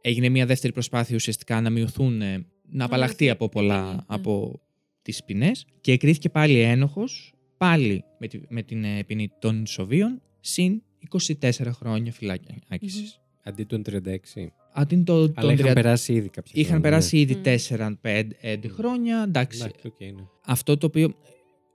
Έγινε μια δεύτερη προσπάθεια ουσιαστικά να μειωθούν, ε, να απαλλαχθεί μειωθεί από η πολλά, ποινή, ναι. από τις ποινές και εκρίθηκε πάλι ένοχος, πάλι με, τη- με την ε, ποινή των ισοβίων, συν 24 χρόνια φυλάκισης. Αντί των 36. Αντί το, Αλλά των είχαν 30 περάσει ήδη κάποια Είχαν χρόνια, ναι. περάσει ήδη Μμμ. 4-5 χρόνια. Εντάξει. Εντάξει, οκ, ναι. Αυτό το οποίο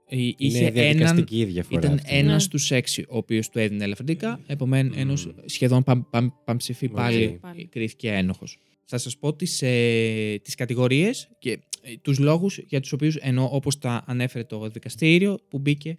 ε, Είναι είχε έναν. διαδικαστική η διαφορά. Ήταν αυτή. ένας Ναι. στους έξι ο οποίος του έδινε ελαφρυντικά. Επομένω, Μμμ. ενός σχεδόν παμ, παμ, παμψηφί Οκ. πάλι, Πάλι. κρίθηκε ένοχος. Θα σας πω τις ε, τις κατηγορίες και τους λόγους για τους οποίους ενώ όπως τα ανέφερε το δικαστήριο που μπήκε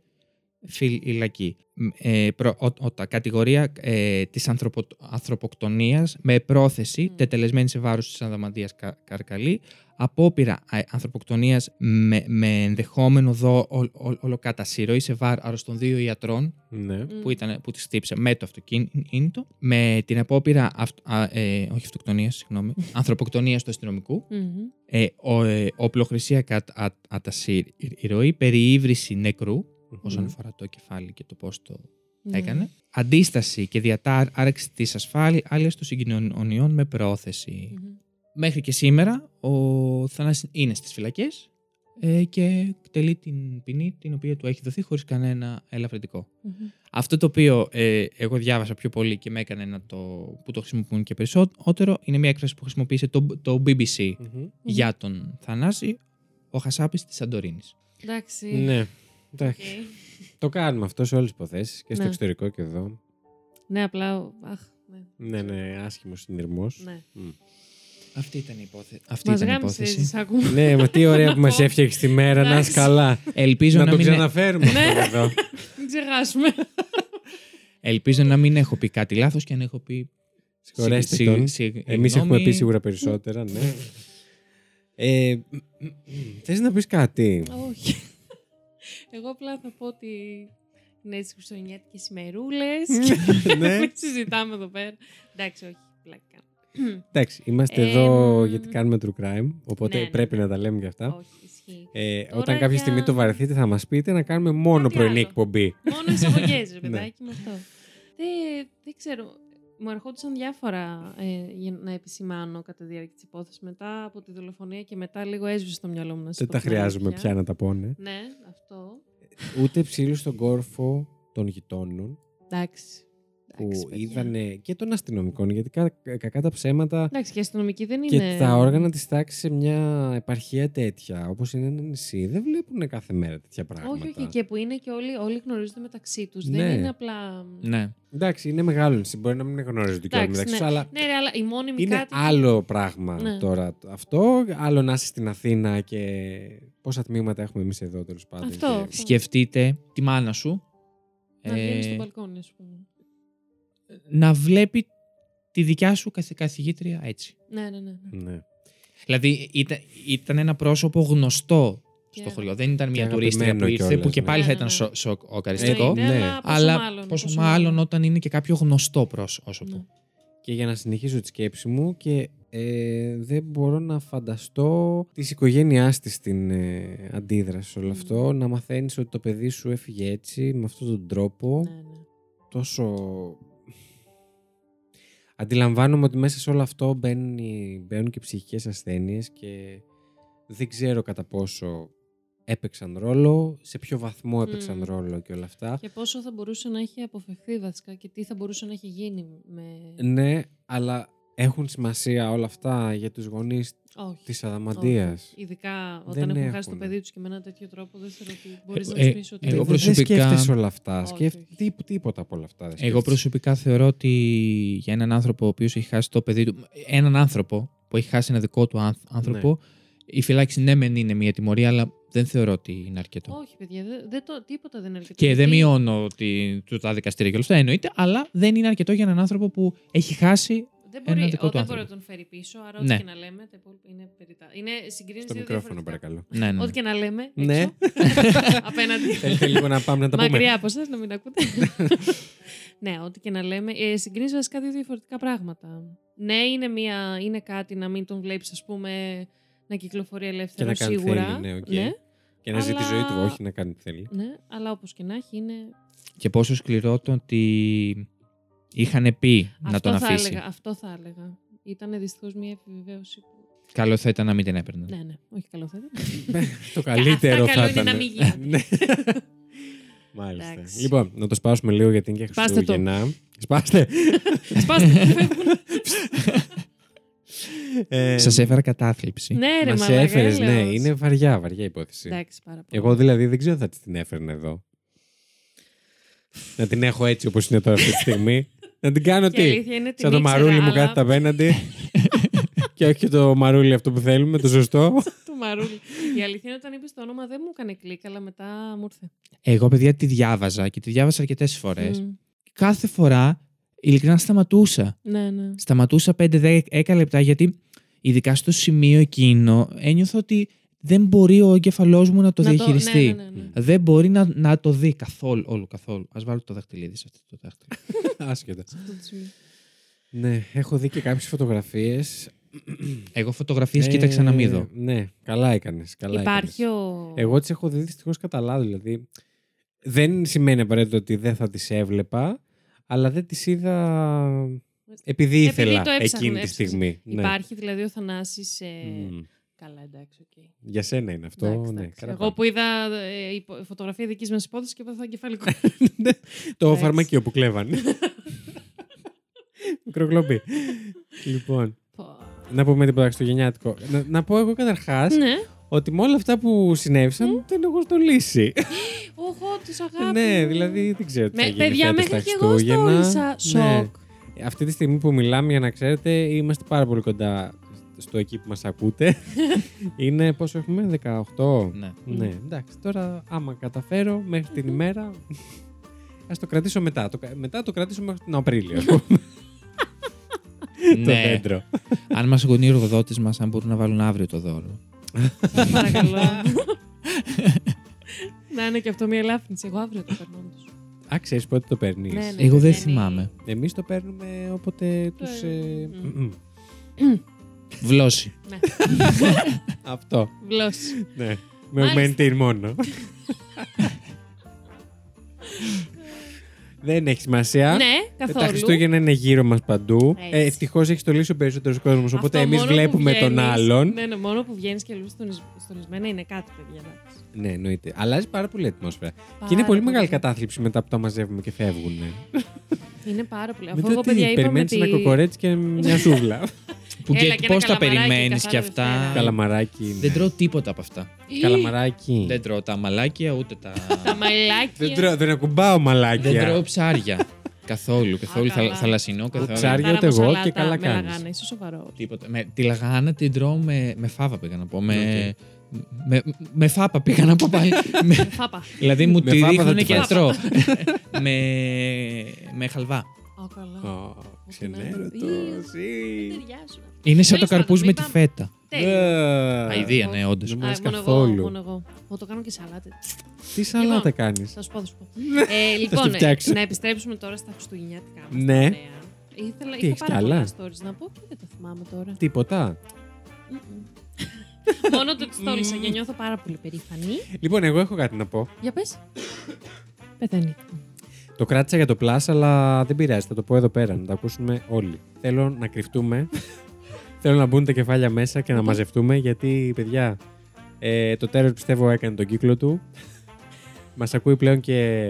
φυλακή. Μ, Ε, προ, ο, ο- τα κατηγορία ε, της ανθρωπο, ανθρωποκτονίας με πρόθεση Μμ. τετελεσμένη σε βάρος της αδαμαντίας κα, καρκαλή, απόπειρα α, ανθρωποκτονίας με, με ενδεχόμενο δο, ο, ο- ολοκατασύρωη σε βάρος των δύο ιατρών Ναι. Μμ. που, ήταν, που τις χτύπησε με το αυτοκίνητο, με την απόπειρα αυτ, α, ε, όχι αυτοκτονίας, συγγνώμη, ανθρωποκτονίας του αστυνομικού, Μμμ. ε, ο, ε, οπλοχρησία κατά τα ηρωή, περιήβρηση νεκρού, όσον Μμμ. αφορά το κεφάλι και το πώς το Ναι. έκανε. Αντίσταση και διατάρξη της ασφάλειας των συγκοινωνιών με προώθηση. Μμμ. Μέχρι και σήμερα ο Θανάσης είναι στις φυλακές, ε, και εκτελεί την ποινή την οποία του έχει δοθεί χωρίς κανένα ελαφρυντικό. Μμμ. Αυτό το οποίο ε, εγώ διάβασα πιο πολύ και με έκανε να το, που το χρησιμοποιούν και περισσότερο είναι μια έκφραση που χρησιμοποίησε το, το BBC Μμμ. για τον Θανάση, ο Χασάπης της Σαντορίνης. Εντάξει. Ναι. οκ. Εντάξει. Το κάνουμε αυτό σε όλες τις υποθέσεις και στο Ναι. εξωτερικό και εδώ. Ναι, απλά. ο- Αχ, ναι. Ναι, ναι, άσχημος συνειρμός. ναι. Αυτή ήταν η υπόθεση. Αυτή Μας ήταν η γάμισε, υπόθεση. σ' ακούω. ναι, μα τι ωραία που μας έφτιαξε τη μέρα, να είσαι Εντάξει. καλά. Ελπίζω Να να, το μην... ξαναφέρουμε αυτό Ναι. εδώ. Μην ξεχάσουμε. Ελπίζω να μην έχω πει κάτι λάθος και να έχω πει... Συγχωρέστε Σι- τον. σι- σι- Εμείς έχουμε γνώμη. πει σίγουρα περισσότερα, ναι. Ε, Θες να πεις κάτι. Όχι. Εγώ απλά θα πω ότι είναι έτσι χριστουγεννιάτικες ημερούλες ναι. Μην συζητάμε εδώ πέρα. Εντάξει, όχι. Πλάκα. κάνω. Εντάξει, είμαστε Ε, εδώ μ, γιατί κάνουμε true crime, οπότε ναι, ναι, πρέπει ναι. να τα λέμε και αυτά. όχι, ισχύει. Ε, Τώρα όταν κάποια για- στιγμή το βαρεθείτε θα μας πείτε να κάνουμε μόνο Κάτι πρωινή άλλο. εκπομπή. Μόνο εισαγωγές, ρε Ναι. παιδάκι με αυτό. Δεν, δεν ξέρω. Μου ερχόντουσαν διάφορα ε, για να επισημάνω κατά τη διάρκεια της υπόθεσης. Μετά από τη δολοφονία και μετά λίγο έσβησε το μυαλό μου να σας Δεν πω τα την χρειάζομαι αλήθεια. πια να τα πώνε. Ναι, αυτό. Ούτε ψήλου στον κόρφο των γειτόνων Εντάξει. Εντάξει, που παιδιά. είδανε και των αστυνομικών γιατί κα- κακά τα ψέματα Εντάξει, και οι αστυνομικοί δεν και είναι. τα όργανα της τάξης σε μια επαρχία τέτοια όπως είναι ένα νησί δεν βλέπουν κάθε μέρα τέτοια πράγματα. Όχι, όχι, και που είναι και όλοι, όλοι γνωρίζονται μεταξύ τους. Ναι. Δεν είναι απλά. Ναι. Εντάξει, είναι μεγάλο νησί, μπορεί να μην γνωρίζονται κιόλας Εντάξει, μεταξύ τους, αλλά Ναι, ρε, αλλά η μόνιμη Είναι κάτοικη- άλλο πράγμα Ναι. τώρα αυτό. Άλλο να είσαι στην Αθήνα και πόσα τμήματα έχουμε εμείς εδώ τέλος πάντων. Αυτό. Και... Σκεφτείτε τη μάνα σου Να βγαίνεις στο ε, μπαλκόνι, ας πούμε. να βλέπει τη δικιά σου καθη- καθηγήτρια έτσι. Ναι, ναι, ναι. ναι. Ναι. Δηλαδή ήταν, ήταν ένα πρόσωπο γνωστό στο Και- χωριό. Δεν ήταν μια και τουρίστρια που αγαπημένο ήρθε, κιόλας, που και ναι. πάλι Ναι, θα ναι, ήταν ναι. σο- σοκαριστικό. Εννοείται, ναι. αλλά πόσο αλλά μάλλον. πόσο μάλλον όταν είναι και κάποιο γνωστό πρόσωπο. Ναι. και για να συνεχίσω τη σκέψη μου και ε, δεν μπορώ να φανταστώ τη οικογένειάς της την ε, αντίδραση σε όλο Mm. αυτό. Να μαθαίνεις ότι το παιδί σου έφυγε έτσι, με αυτόν τον τρόπο. Ναι, ναι. Τόσο. Αντιλαμβάνομαι ότι μέσα σε όλο αυτό μπαίνουν, μπαίνουν και ψυχικές ασθένειες και δεν ξέρω κατά πόσο έπαιξαν ρόλο, σε ποιο βαθμό έπαιξαν Μμμ. ρόλο και όλα αυτά. Και πόσο θα μπορούσε να έχει αποφευθεί βασικά και τι θα μπορούσε να έχει γίνει με. Ναι, αλλά έχουν σημασία όλα αυτά για τους γονείς Όχι. της αδαμαντίας. Όχι. Ειδικά όταν Δεν έχουν, χάσει το έχουν. παιδί τους και με ένα τέτοιο τρόπο, δεν θεωρώ ότι μπορεί να Ε, του πεις ότι. ε, εγώ Δεν- προσωπικά- Δεν σκέφτεσαι όλα αυτά. Όχι, Σκέφ... όχι. τί- Τίποτα από όλα αυτά. δεν Εγώ σκέφτεσαι. προσωπικά θεωρώ ότι για έναν άνθρωπο ο οποίος έχει χάσει το παιδί του. Έναν άνθρωπο που έχει χάσει ένα δικό του άνθ- άνθρωπο. Η φυλάξη ναι, μεν είναι μια τιμωρία, αλλά δεν θεωρώ ότι είναι αρκετό. Όχι, παιδιά, δεν- δεν το, τίποτα δεν είναι αρκετό. Και δεν Γιατί- μειώνω τη, του τα δικαστήρια και όλα αυτά, εννοείται, αλλά δεν είναι αρκετό για έναν άνθρωπο που έχει χάσει. Δεν μπορεί, ένα ο, δικό του δεν άνθρωπο. μπορεί να τον φέρει πίσω, άρα ό,τι Ναι. και να λέμε. Τα υπόλοιπα είναι περιτά. Είναι συγκρίνηση. Στο δύο μικρόφωνο, διαφορετικά. παρακαλώ. Ναι, ναι. Ό,τι και να λέμε. Ναι. Έξω, απέναντι. Θέλετε λίγο να πάμε να τα πούμε. Μακριά από εσάς, να μην ακούτε. ναι, ό,τι και να λέμε. Ε, συγκρίνεις βασικά δύο διαφορετικά πράγματα. Ναι, είναι, μία, είναι κάτι να μην τον βλέπεις, ας πούμε, να κυκλοφορεί Και ελεύθερο να κάνει σίγουρα. θέλει, ναι, οκ. ναι, Και να ζει τη Αλλά- ζωή του, όχι να κάνει τι θέλει. ναι, αλλά όπως και να έχει, είναι. Και πόσο σκληρό το ότι είχαν πει να αυτό τον θα αφήσει. έλεγα. Αυτό θα έλεγα. Ήταν δυστυχώς μία επιβεβαίωση που. Καλό θα ήταν να μην την έπαιρνε. Ναι, ναι, όχι καλό θα ήταν. Το καλύτερο Αυτά θα καλό ήταν. είναι να μην γίνεται. Ναι. Μάλιστα. Εντάξει. Λοιπόν, να το σπάσουμε λίγο γιατί είναι και Σπάστε το. Χριστούγεννα. Σπάστε. Σπάστε. Ε, Σας έφερα κατάθλιψη. ναι, ρε, μας μαλάκα, έφερες, ναι. έλεος. Είναι βαριά, βαριά υπόθεση. Εντάξει, πάρα πολύ. Εγώ δηλαδή δεν ξέρω αν θα της την έφερνα εδώ. Να την έχω έτσι όπως είναι τώρα αυτή τη στιγμή. Να την κάνω Και η τι. αλήθεια είναι την Σαν το ήξερα, μαρούλι μου αλλά- κάθεται απέναντι. Και όχι το μαρούλι αυτό που θέλουμε, το σωστό. Το μαρούλι. Η αλήθεια είναι όταν είπες το όνομα δεν μου έκανε κλικ, αλλά μετά μου ήρθε. Εγώ, παιδιά, τη διάβαζα και τη διάβασα αρκετές φορές. Κάθε φορά, ειλικρινά, σταματούσα. Ναι, ναι. Σταματούσα 5-10 λεπτά γιατί, ειδικά στο σημείο εκείνο, ένιωθα ότι δεν μπορεί ο εγκεφαλός μου να το διαχειριστεί. Ναι, ναι, ναι, ναι. Δεν μπορεί να, να το δει καθόλου. Όλου, καθόλου. Ας βάλω το δαχτυλίδι σε αυτό το δάχτυλο. Άσχετα. Αυτό το σημείο. Ναι, έχω δει και κάποιες φωτογραφίες Εγώ Ε, φωτογραφίε κοίταξα να μην δω. Ναι, καλά έκανες. Καλά Υπάρχει έκανες. ο. Εγώ τις έχω δει δυστυχώς κατά λάθος, Δηλαδή, δεν σημαίνει απαραίτητο ότι δεν θα τις έβλεπα, αλλά δεν τις είδα επειδή ήθελα το έψαχνα, εκείνη τη έψαξα. στιγμή. Ναι. Υπάρχει δηλαδή ο Θανάσης ε, Μμμ. Καλά, εντάξει, οκ. Για σένα είναι αυτό. Εντάξει, ναι, εντάξει. καλά Εγώ που είδα ε, υπο- φωτογραφία δικής μας υπόθεσης και είπα θα κεφαλικό. Ναι, το Εντάξει. φαρμακείο που κλέβανε. Μικροκλοπή. λοιπόν, Πω. να πούμε τίποτα χριστουγεννιάτικο. Να, να πω εγώ καταρχάς ναι. ότι με όλα αυτά που συνέβησαν δεν έχω στο λύση. Εγώ τη αγάπη. ναι, μου. δηλαδή δεν ξέρω τι θα Με, γίνει παιδιά, φέτος μέχρι τα και εγώ Χριστούγεννα. στόλισα. Ναι. Σοκ. Αυτή τη στιγμή που μιλάμε, για να ξέρετε, είμαστε πάρα πολύ κοντά στο εκεί που μας ακούτε. Είναι πόσο έχουμε, 18. Ναι. Ναι, εντάξει. Τώρα, άμα καταφέρω μέχρι την ημέρα. Ας το κρατήσω μετά. Το, κα- μετά το κρατήσω μέχρι τον Απρίλιο. ας πούμε, το ναι. δέντρο. αν μας γονεί οι εργοδότες μας, αν μπορούν να βάλουν αύριο το δώρο. Ναι, Παρακαλώ. Να είναι και αυτό μια ελάφρυνση. Εγώ αύριο το περνάω. όντως. Α, ξέρεις πότε το παίρνεις. Ναι, ναι. Εγώ δεν βγαίνει- θυμάμαι. Εμείς το παίρνουμε όποτε ε, του. Μμμ. Βλώση. Ναι, Αυτό. βλώσει. Ναι. Με Μάλιστα. augmented μόνο. Δεν έχει σημασία. Ναι, Τα καθόλου. Χριστούγεννα είναι γύρω μας παντού. Έτσι. Ε, Ευτυχώς έχεις τολίσει ο περισσότερος κόσμος. Αυτό Οπότε εμείς μόνο που βλέπουμε τον βγαίνεις- άλλον. Ναι, ναι, μόνο που βγαίνεις και λίγο στονισ- στονισμένα είναι κάτι, παιδιά. εντάξει. Ναι, εννοείται. Αλλάζει πάρα πολύ η ατμόσφαιρα. και είναι Πάρα πολύ μεγάλη πολύ. κατάθλιψη μετά που τα μαζεύουμε και φεύγουν. Είναι πάρα πολύ. Αφού Μετά εγώ, τι, παιδιά, είπα με περιμένει τη... ένα κοκορέτσι και μια σούβλα. Που Έλα, και, και ένα πώς τα καλαμαράκι περιμένεις καθαρό και αυτά. Δευτέρα. Καλαμαράκι. είναι. Δεν τρώω τίποτα από αυτά. Καλαμαράκι. Δεν τρώω τα μαλάκια ούτε τα. Τα μαϊλάκια. Δεν, τρώω- δεν ακουμπάω Δεν τρώω μαλάκια. ψάρια. καθόλου, καθόλου. Α, θα- καλά. θαλασσινό, Το καθόλου. ψάρι- ψάρια Τάραμα ούτε εγώ σαλάτα και καλά με κάνεις. λαγάνα, είσαι σοβαρός. Τίποτα. Με, τη λαγάνα την τρώω με, με φάβα πήγα να πω. Με, με, με φάπα πήγα να πω πάλι. με, Φάπα. δηλαδή μου Με τη φάπα θα τη ρίχνουν και φας. τρώω. με, με χαλβά. Α, καλά. Ω, Ήλιος. Ξενέρωτος. Δεν Ή. ταιριάζουν. Είναι σαν το Τέλος καρπούζ πάντων, με τη είπα- φέτα. Τέλεια. Ε, Αιδία, ναι, όντως. Δεν μου Α, αρέσει Μόνο εγώ, καθόλου. μόνο εγώ. Εγώ το κάνω και σαλάτα. Τι σαλάτα Λοιπόν. κάνεις. Θα σου πω, θα σου πω. Ε, στο λοιπόν, ε, Ναι. φτιάξω. να επιστρέψουμε τώρα στα Χριστουγεννιάτικα μας. Ναι. τα νέα. Ήθελα, Τι είχα έχεις κι πάρα άλλα? πολλά stories να πω και δεν τα θυμάμαι τώρα. Τίποτα. Μόνο το ότι στόλισα και νιώθω πάρα πολύ περήφανη. Λοιπόν, εγώ έχω κάτι να πω. Για πες. Πεθαίνει. Το κράτησα για το Plus, αλλά δεν πειράζει. Θα το πω εδώ πέρα, να τα ακούσουμε όλοι. Θέλω να κρυφτούμε. Θέλω να μπουν τα κεφάλια μέσα και να μαζευτούμε, γιατί, παιδιά, ε, το τέρος πιστεύω έκανε τον κύκλο του. Μας ακούει πλέον και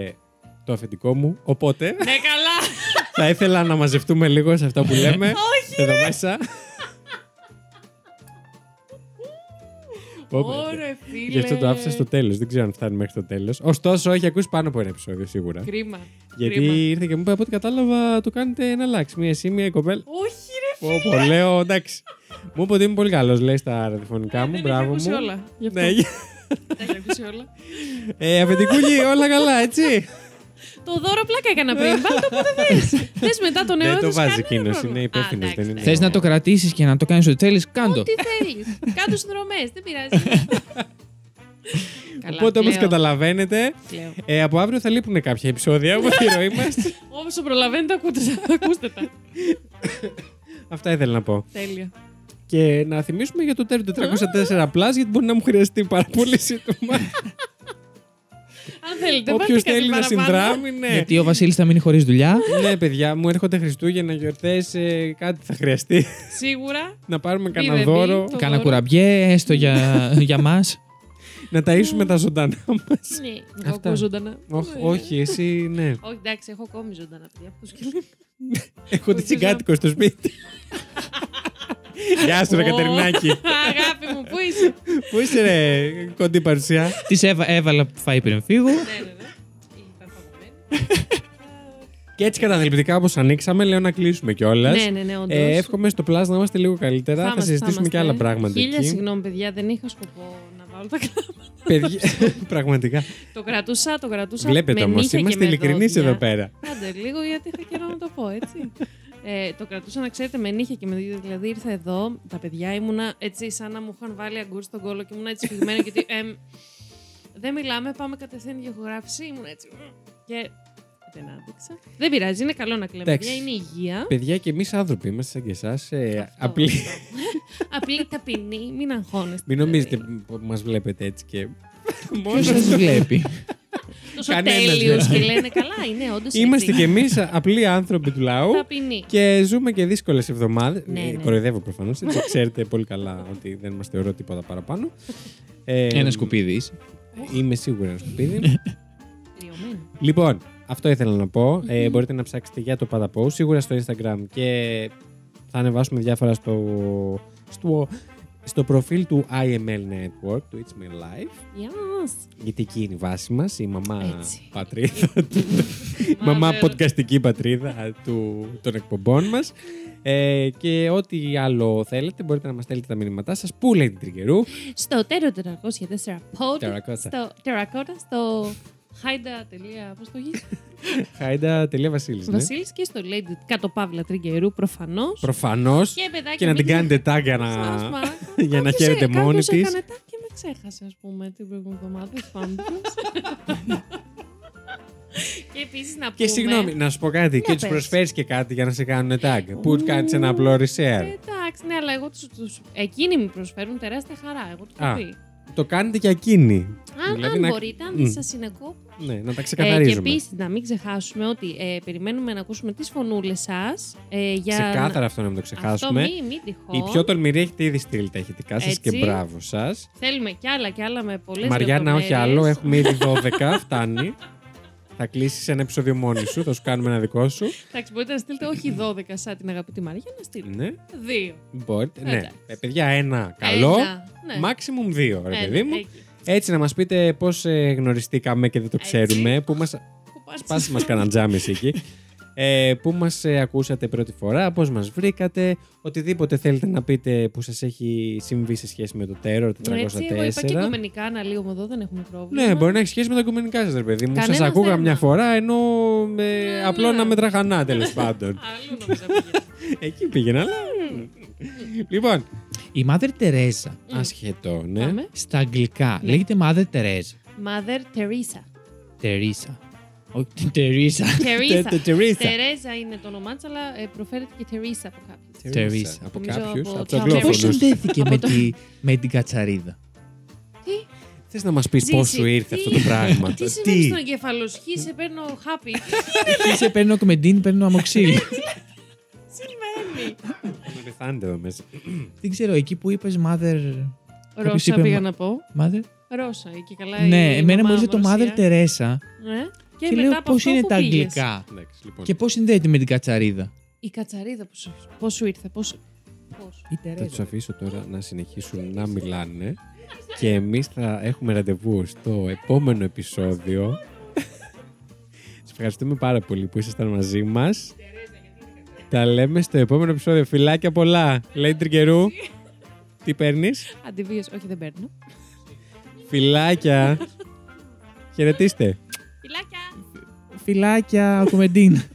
το αφεντικό μου. Οπότε Ναι, καλά. θα ήθελα να μαζευτούμε λίγο σε αυτά που λέμε. εδώ μέσα. Οπότε, Ωρε, φίλε. Γι' αυτό το άφησα στο τέλος. Δεν ξέρω αν φτάνει μέχρι το τέλος. Ωστόσο, έχει ακούσει πάνω από ένα επεισόδιο σίγουρα. Κρίμα. Γιατί Κρίμα. ήρθε και μου είπε από ό,τι κατάλαβα το κάνετε ένα λάξ. Μία εσύ, μία η κοπέλα. Όχι, ρε. Πω, πω, λέω εντάξει. Μου είπε ότι είμαι πολύ καλός, λέει στα ραδιοφωνικά Ε, μου. δεν Μπράβο έχεις ακούσει μου. όλα. Γι' αυτό. Ναι, Τα έχεις ακούσει όλα. ε, αφεντικούλη, όλα καλά, έτσι. Το δώρο πλάκα έκανα πριν. Βάλ το όποτε θες. Θες μετά τον Δεν αιώνα. το τους, βάζει κανένα εκείνος, πρόβλημα. είναι υπεύθυνος, Α, εντάξει, δεν είναι- Θες εντάξει. να το κρατήσεις και να το κάνεις ό,τι θέλεις, κάντο. Ό,τι θέλεις. Κάντο συνδρομές, δεν πειράζει. Καλά, Οπότε όπως κλαίω, καταλαβαίνετε, κλαίω. ε, από αύριο θα λείπουν κάποια επεισόδια από τη ροή μα. Όσο προλαβαίνετε, ακούτε, τα- ακούστε τα. Αυτά ήθελα να πω. Τέλεια. Και να θυμίσουμε για το Terry 404 Plus, γιατί μπορεί να μου χρειαστεί πάρα πολύ σύντομα. Αν θέλετε, Όποιος πάρτε κάτι θέλει να παραπάνω. συνδράμει, ναι. Γιατί ο Βασίλης θα μείνει χωρίς δουλειά. Ναι, παιδιά μου, έρχονται Χριστούγεννα, γιορτές, κάτι θα χρειαστεί. Σίγουρα. να πάρουμε Μη κανένα δεν δώρο, πει, το- Κάνα δώρο. κουραμπιέ, έστω για, για μας. να ταΐσουμε τα ζωντανά μας. Ναι, εγώ Αυτά. ακούω ζωντανά. Όχ- Ναι. όχι, εσύ ναι. Όχι, εντάξει, έχω ακόμη ζωντανά παιδιά. Πώς και λέμε. Έχω τη Όχι, συγκάτοικο στο σπίτι. Γεια σου, ρε Ω, Κατερινάκη. Αγάπη μου, πού είσαι. Πού είσαι, ρε, κοντή παρουσία. Της έβαλα φάει πριν φύγω. Ναι, ναι, ναι. Ήταν φαγωμένη. Και έτσι καταθλιπτικά όπως ανοίξαμε, λέω να κλείσουμε κιόλας. Ναι, ναι, ναι, όντως. Ε, εύχομαι στο Plus να είμαστε λίγο καλύτερα. Θα, είμαστε, συζητήσουμε είμαστε. και άλλα πράγματα Χίλια εκεί. συγγνώμη, παιδιά, δεν είχα σκοπό να βάλω τα κλάματα. Παιδιά, πραγματικά. Το κρατούσα, το κρατούσα. Βλέπετε με όμως, νύχια και είμαστε με ειλικρινείς δόντια. εδώ πέρα. Άντε, λίγο γιατί είχα καιρό να το πω, έτσι. Ε, το κρατούσα να ξέρετε με νύχια και με δόντια. Δηλαδή ήρθα εδώ, τα παιδιά ήμουνα έτσι, σαν να μου είχαν βάλει αγκούρι στον κόλο και ήμουνα έτσι φυγμένη. γιατί εμ, δεν μιλάμε, πάμε κατευθείαν γεωγράφηση. Ήμουν έτσι. μμμ, Και δεν άντεξα. Δεν πειράζει, είναι καλό να κλαίμε. Εντάξει. παιδιά, Είναι υγεία. Παιδιά, και εμείς άνθρωποι είμαστε σαν και εσάς. Αυτό, απλή αυτό. Απλή ταπεινή, μην αγχώνεστε. Ναι, Μην νομίζετε που μας βλέπετε έτσι και. Ποιος σας βλέπει. Το τόσο Κανένας τέλειου δεν. και λένε καλά, είναι όντως. Είμαστε κι εμείς απλοί άνθρωποι του λαού. Ταπεινοί. Και ζούμε και δύσκολες εβδομάδες. Ναι, ναι. Κοροϊδεύω προφανώς. Ξέρετε πολύ καλά ότι δεν μα θεωρώ τίποτα παραπάνω. Ε, Ένα σκουπίδι. είσαι. Είμαι σίγουρα ένα σκουπίδι. Κρυωμένοι. λοιπόν, αυτό ήθελα να πω. Ε, μπορείτε να ψάξετε για το Πάντα Πω σίγουρα στο Instagram και θα ανεβάσουμε διάφορα στο, στο, στο προφίλ του IML Network, του It's My Life. Yes. Γιατί εκεί είναι η βάση μας, η μαμά Έτσι. πατρίδα. Η μαμά Μάζερ. podcastική πατρίδα του, των εκπομπών μας. Ε, και ό,τι άλλο θέλετε μπορείτε να μας στέλνετε τα μηνύματά σας. Πού λέει την Τρικερού. Στο τέρο 404 pod. Terracotta. Στο Terracotta, στο χάιντα. Πώ το γη. Χάιντα.βασίλης, ναι. Βασίλης και στο Lady κάτω παύλα τριγκερού προφανώς. Προφανώς. Και παιδάκι. Και να την μην- κάνετε tag για να, Σας, μας, για να κάποιος χαίρετε έ- μόνη κάποιος της. έκανε τάκ και με ξέχασε, ας πούμε, την προηγούμενη εβδομάδα. Πάμε τους. Και επίσης να πούμε... Και συγγνώμη, να σου πω κάτι. Και Ναι, τους πες. προσφέρεις και κάτι για να σε κάνουν tag. Που Ου, κάνεις ένα απλό ε, reshare. Εντάξει, ναι, αλλά εγώ τους, τους... Εκείνοι μου προσφέρουν τεράστια χαρά. Εγώ τους Α, το πει. Το κάνετε και εκείνη. Αν, δηλαδή αν να- μπορείτε, αν Μμ. δεν σας είναι κόπο, Ναι, να τα Ε, και ξεκαθαρίζουμε. επίσης, να μην ξεχάσουμε ότι ε, περιμένουμε να ακούσουμε τις φωνούλες σας. Ε, για να- Ξεκάθαρα αυτό να μην το Αυτό ξεχάσουμε. μην, μην τυχόν. Η πιο τολμηρή έχετε ήδη στείλει τα ηχητικά σας και Έτσι. μπράβο σας. Θέλουμε κι άλλα κι άλλα με πολλές Μαριάννα, όχι άλλο. Έχουμε ήδη 12. Φτάνει. Θα κλείσεις ένα επεισόδιο μόνη σου. Θα σου κάνουμε ένα δικό σου. Εντάξει, μπορείτε να στείλετε όχι 12 σαν την αγαπητή Μαρία, να στείλετε. ναι. Δύο. Μπορείτε. Ναι. Εντάξει. Ε, παιδιά, ένα καλό. Ένα, ναι. Maximum δύο, ρε Ένα, παιδί μου. εκεί. Έτσι, να μας πείτε πώς γνωριστήκαμε και δεν το Έτσι. ξέρουμε. Πού μας. Κουπάρτσι. Πάση μα κανένα τζάμι εσύ εκεί. Ε, πού μας ακούσατε πρώτη φορά, πώς μας βρήκατε, οτιδήποτε θέλετε να πείτε που σας έχει συμβεί σε σχέση με το Terror 404. Ναι, Έτσι, εγώ είπα και οικομενικά να λύγουμε εδώ, δεν έχουμε πρόβλημα. Ναι, μπορεί να έχει σχέση με τα κομμενικά σας, ρε παιδί μου. Κανένα Σας ακούγα θέμα. μια φορά ενώ με Ναι, απλό ναι. να με τραχανά τέλος πάντων. Αλλού νομίζω πήγε. Εκεί πήγαινα, αλλά. λοιπόν. Η Mother Teresa Ασχετό, ναι. Πάμε. στα αγγλικά Ναι. λέγεται Mother Teresa. Mother Teresa. Teresa. Όχι την Teresa. Teresa. Τε- τε- Teresa. Teresa είναι το όνομά της, αλλά ε, προφέρεται και Teresa από κάποιον. Teresa. Από Νομίζω κάποιους, από από τους τους Πώ Αγγλόφωνους. αγγλόφωνου. συνδέθηκε με, το- τη, με την κατσαρίδα. Τι, Θες να μας πεις Ζήση, πώ σου ήρθε τι- αυτό το πράγμα. τι το- σημαίνει στον εγκεφαλός σου, χι, σε παίρνω χάπι. Τι σε παίρνω κομμεντίν, παίρνω αμοξίλ. Συμβαίνει. Θα με πεθάνετε εδώ μέσα. Δεν ξέρω, εκεί που είπες Mother. Κάποιος Ρώσα είπε πήγα μα- να πω. Mother. Ρώσα, εκεί καλά. Ναι, Ε, η εμένα μου μαμά ήρθε το μου Ρωσία. Mother Teresa Ναι. Και, και, μετά λέω από πώς αυτό είναι που τα πήγες. αγγλικά. Εντάξει, λοιπόν. Και πώς συνδέεται με την κατσαρίδα. Η κατσαρίδα που σου, πώς σου ήρθε, πώς... πώς. Η Θα τους Teresa. αφήσω τώρα να συνεχίσουν να μιλάνε και εμείς θα έχουμε ραντεβού στο επόμενο επεισόδιο. Σας ευχαριστούμε πάρα πολύ που ήσασταν μαζί μας. Τα λέμε στο επόμενο επεισόδιο. Φιλάκια πολλά. Λέει Τρικερού. Τι παίρνεις. Αντιβίωση, όχι δεν παίρνω. Φιλάκια. Χαιρετίστε. Φιλάκια! Φιλάκια, κομμεντίν.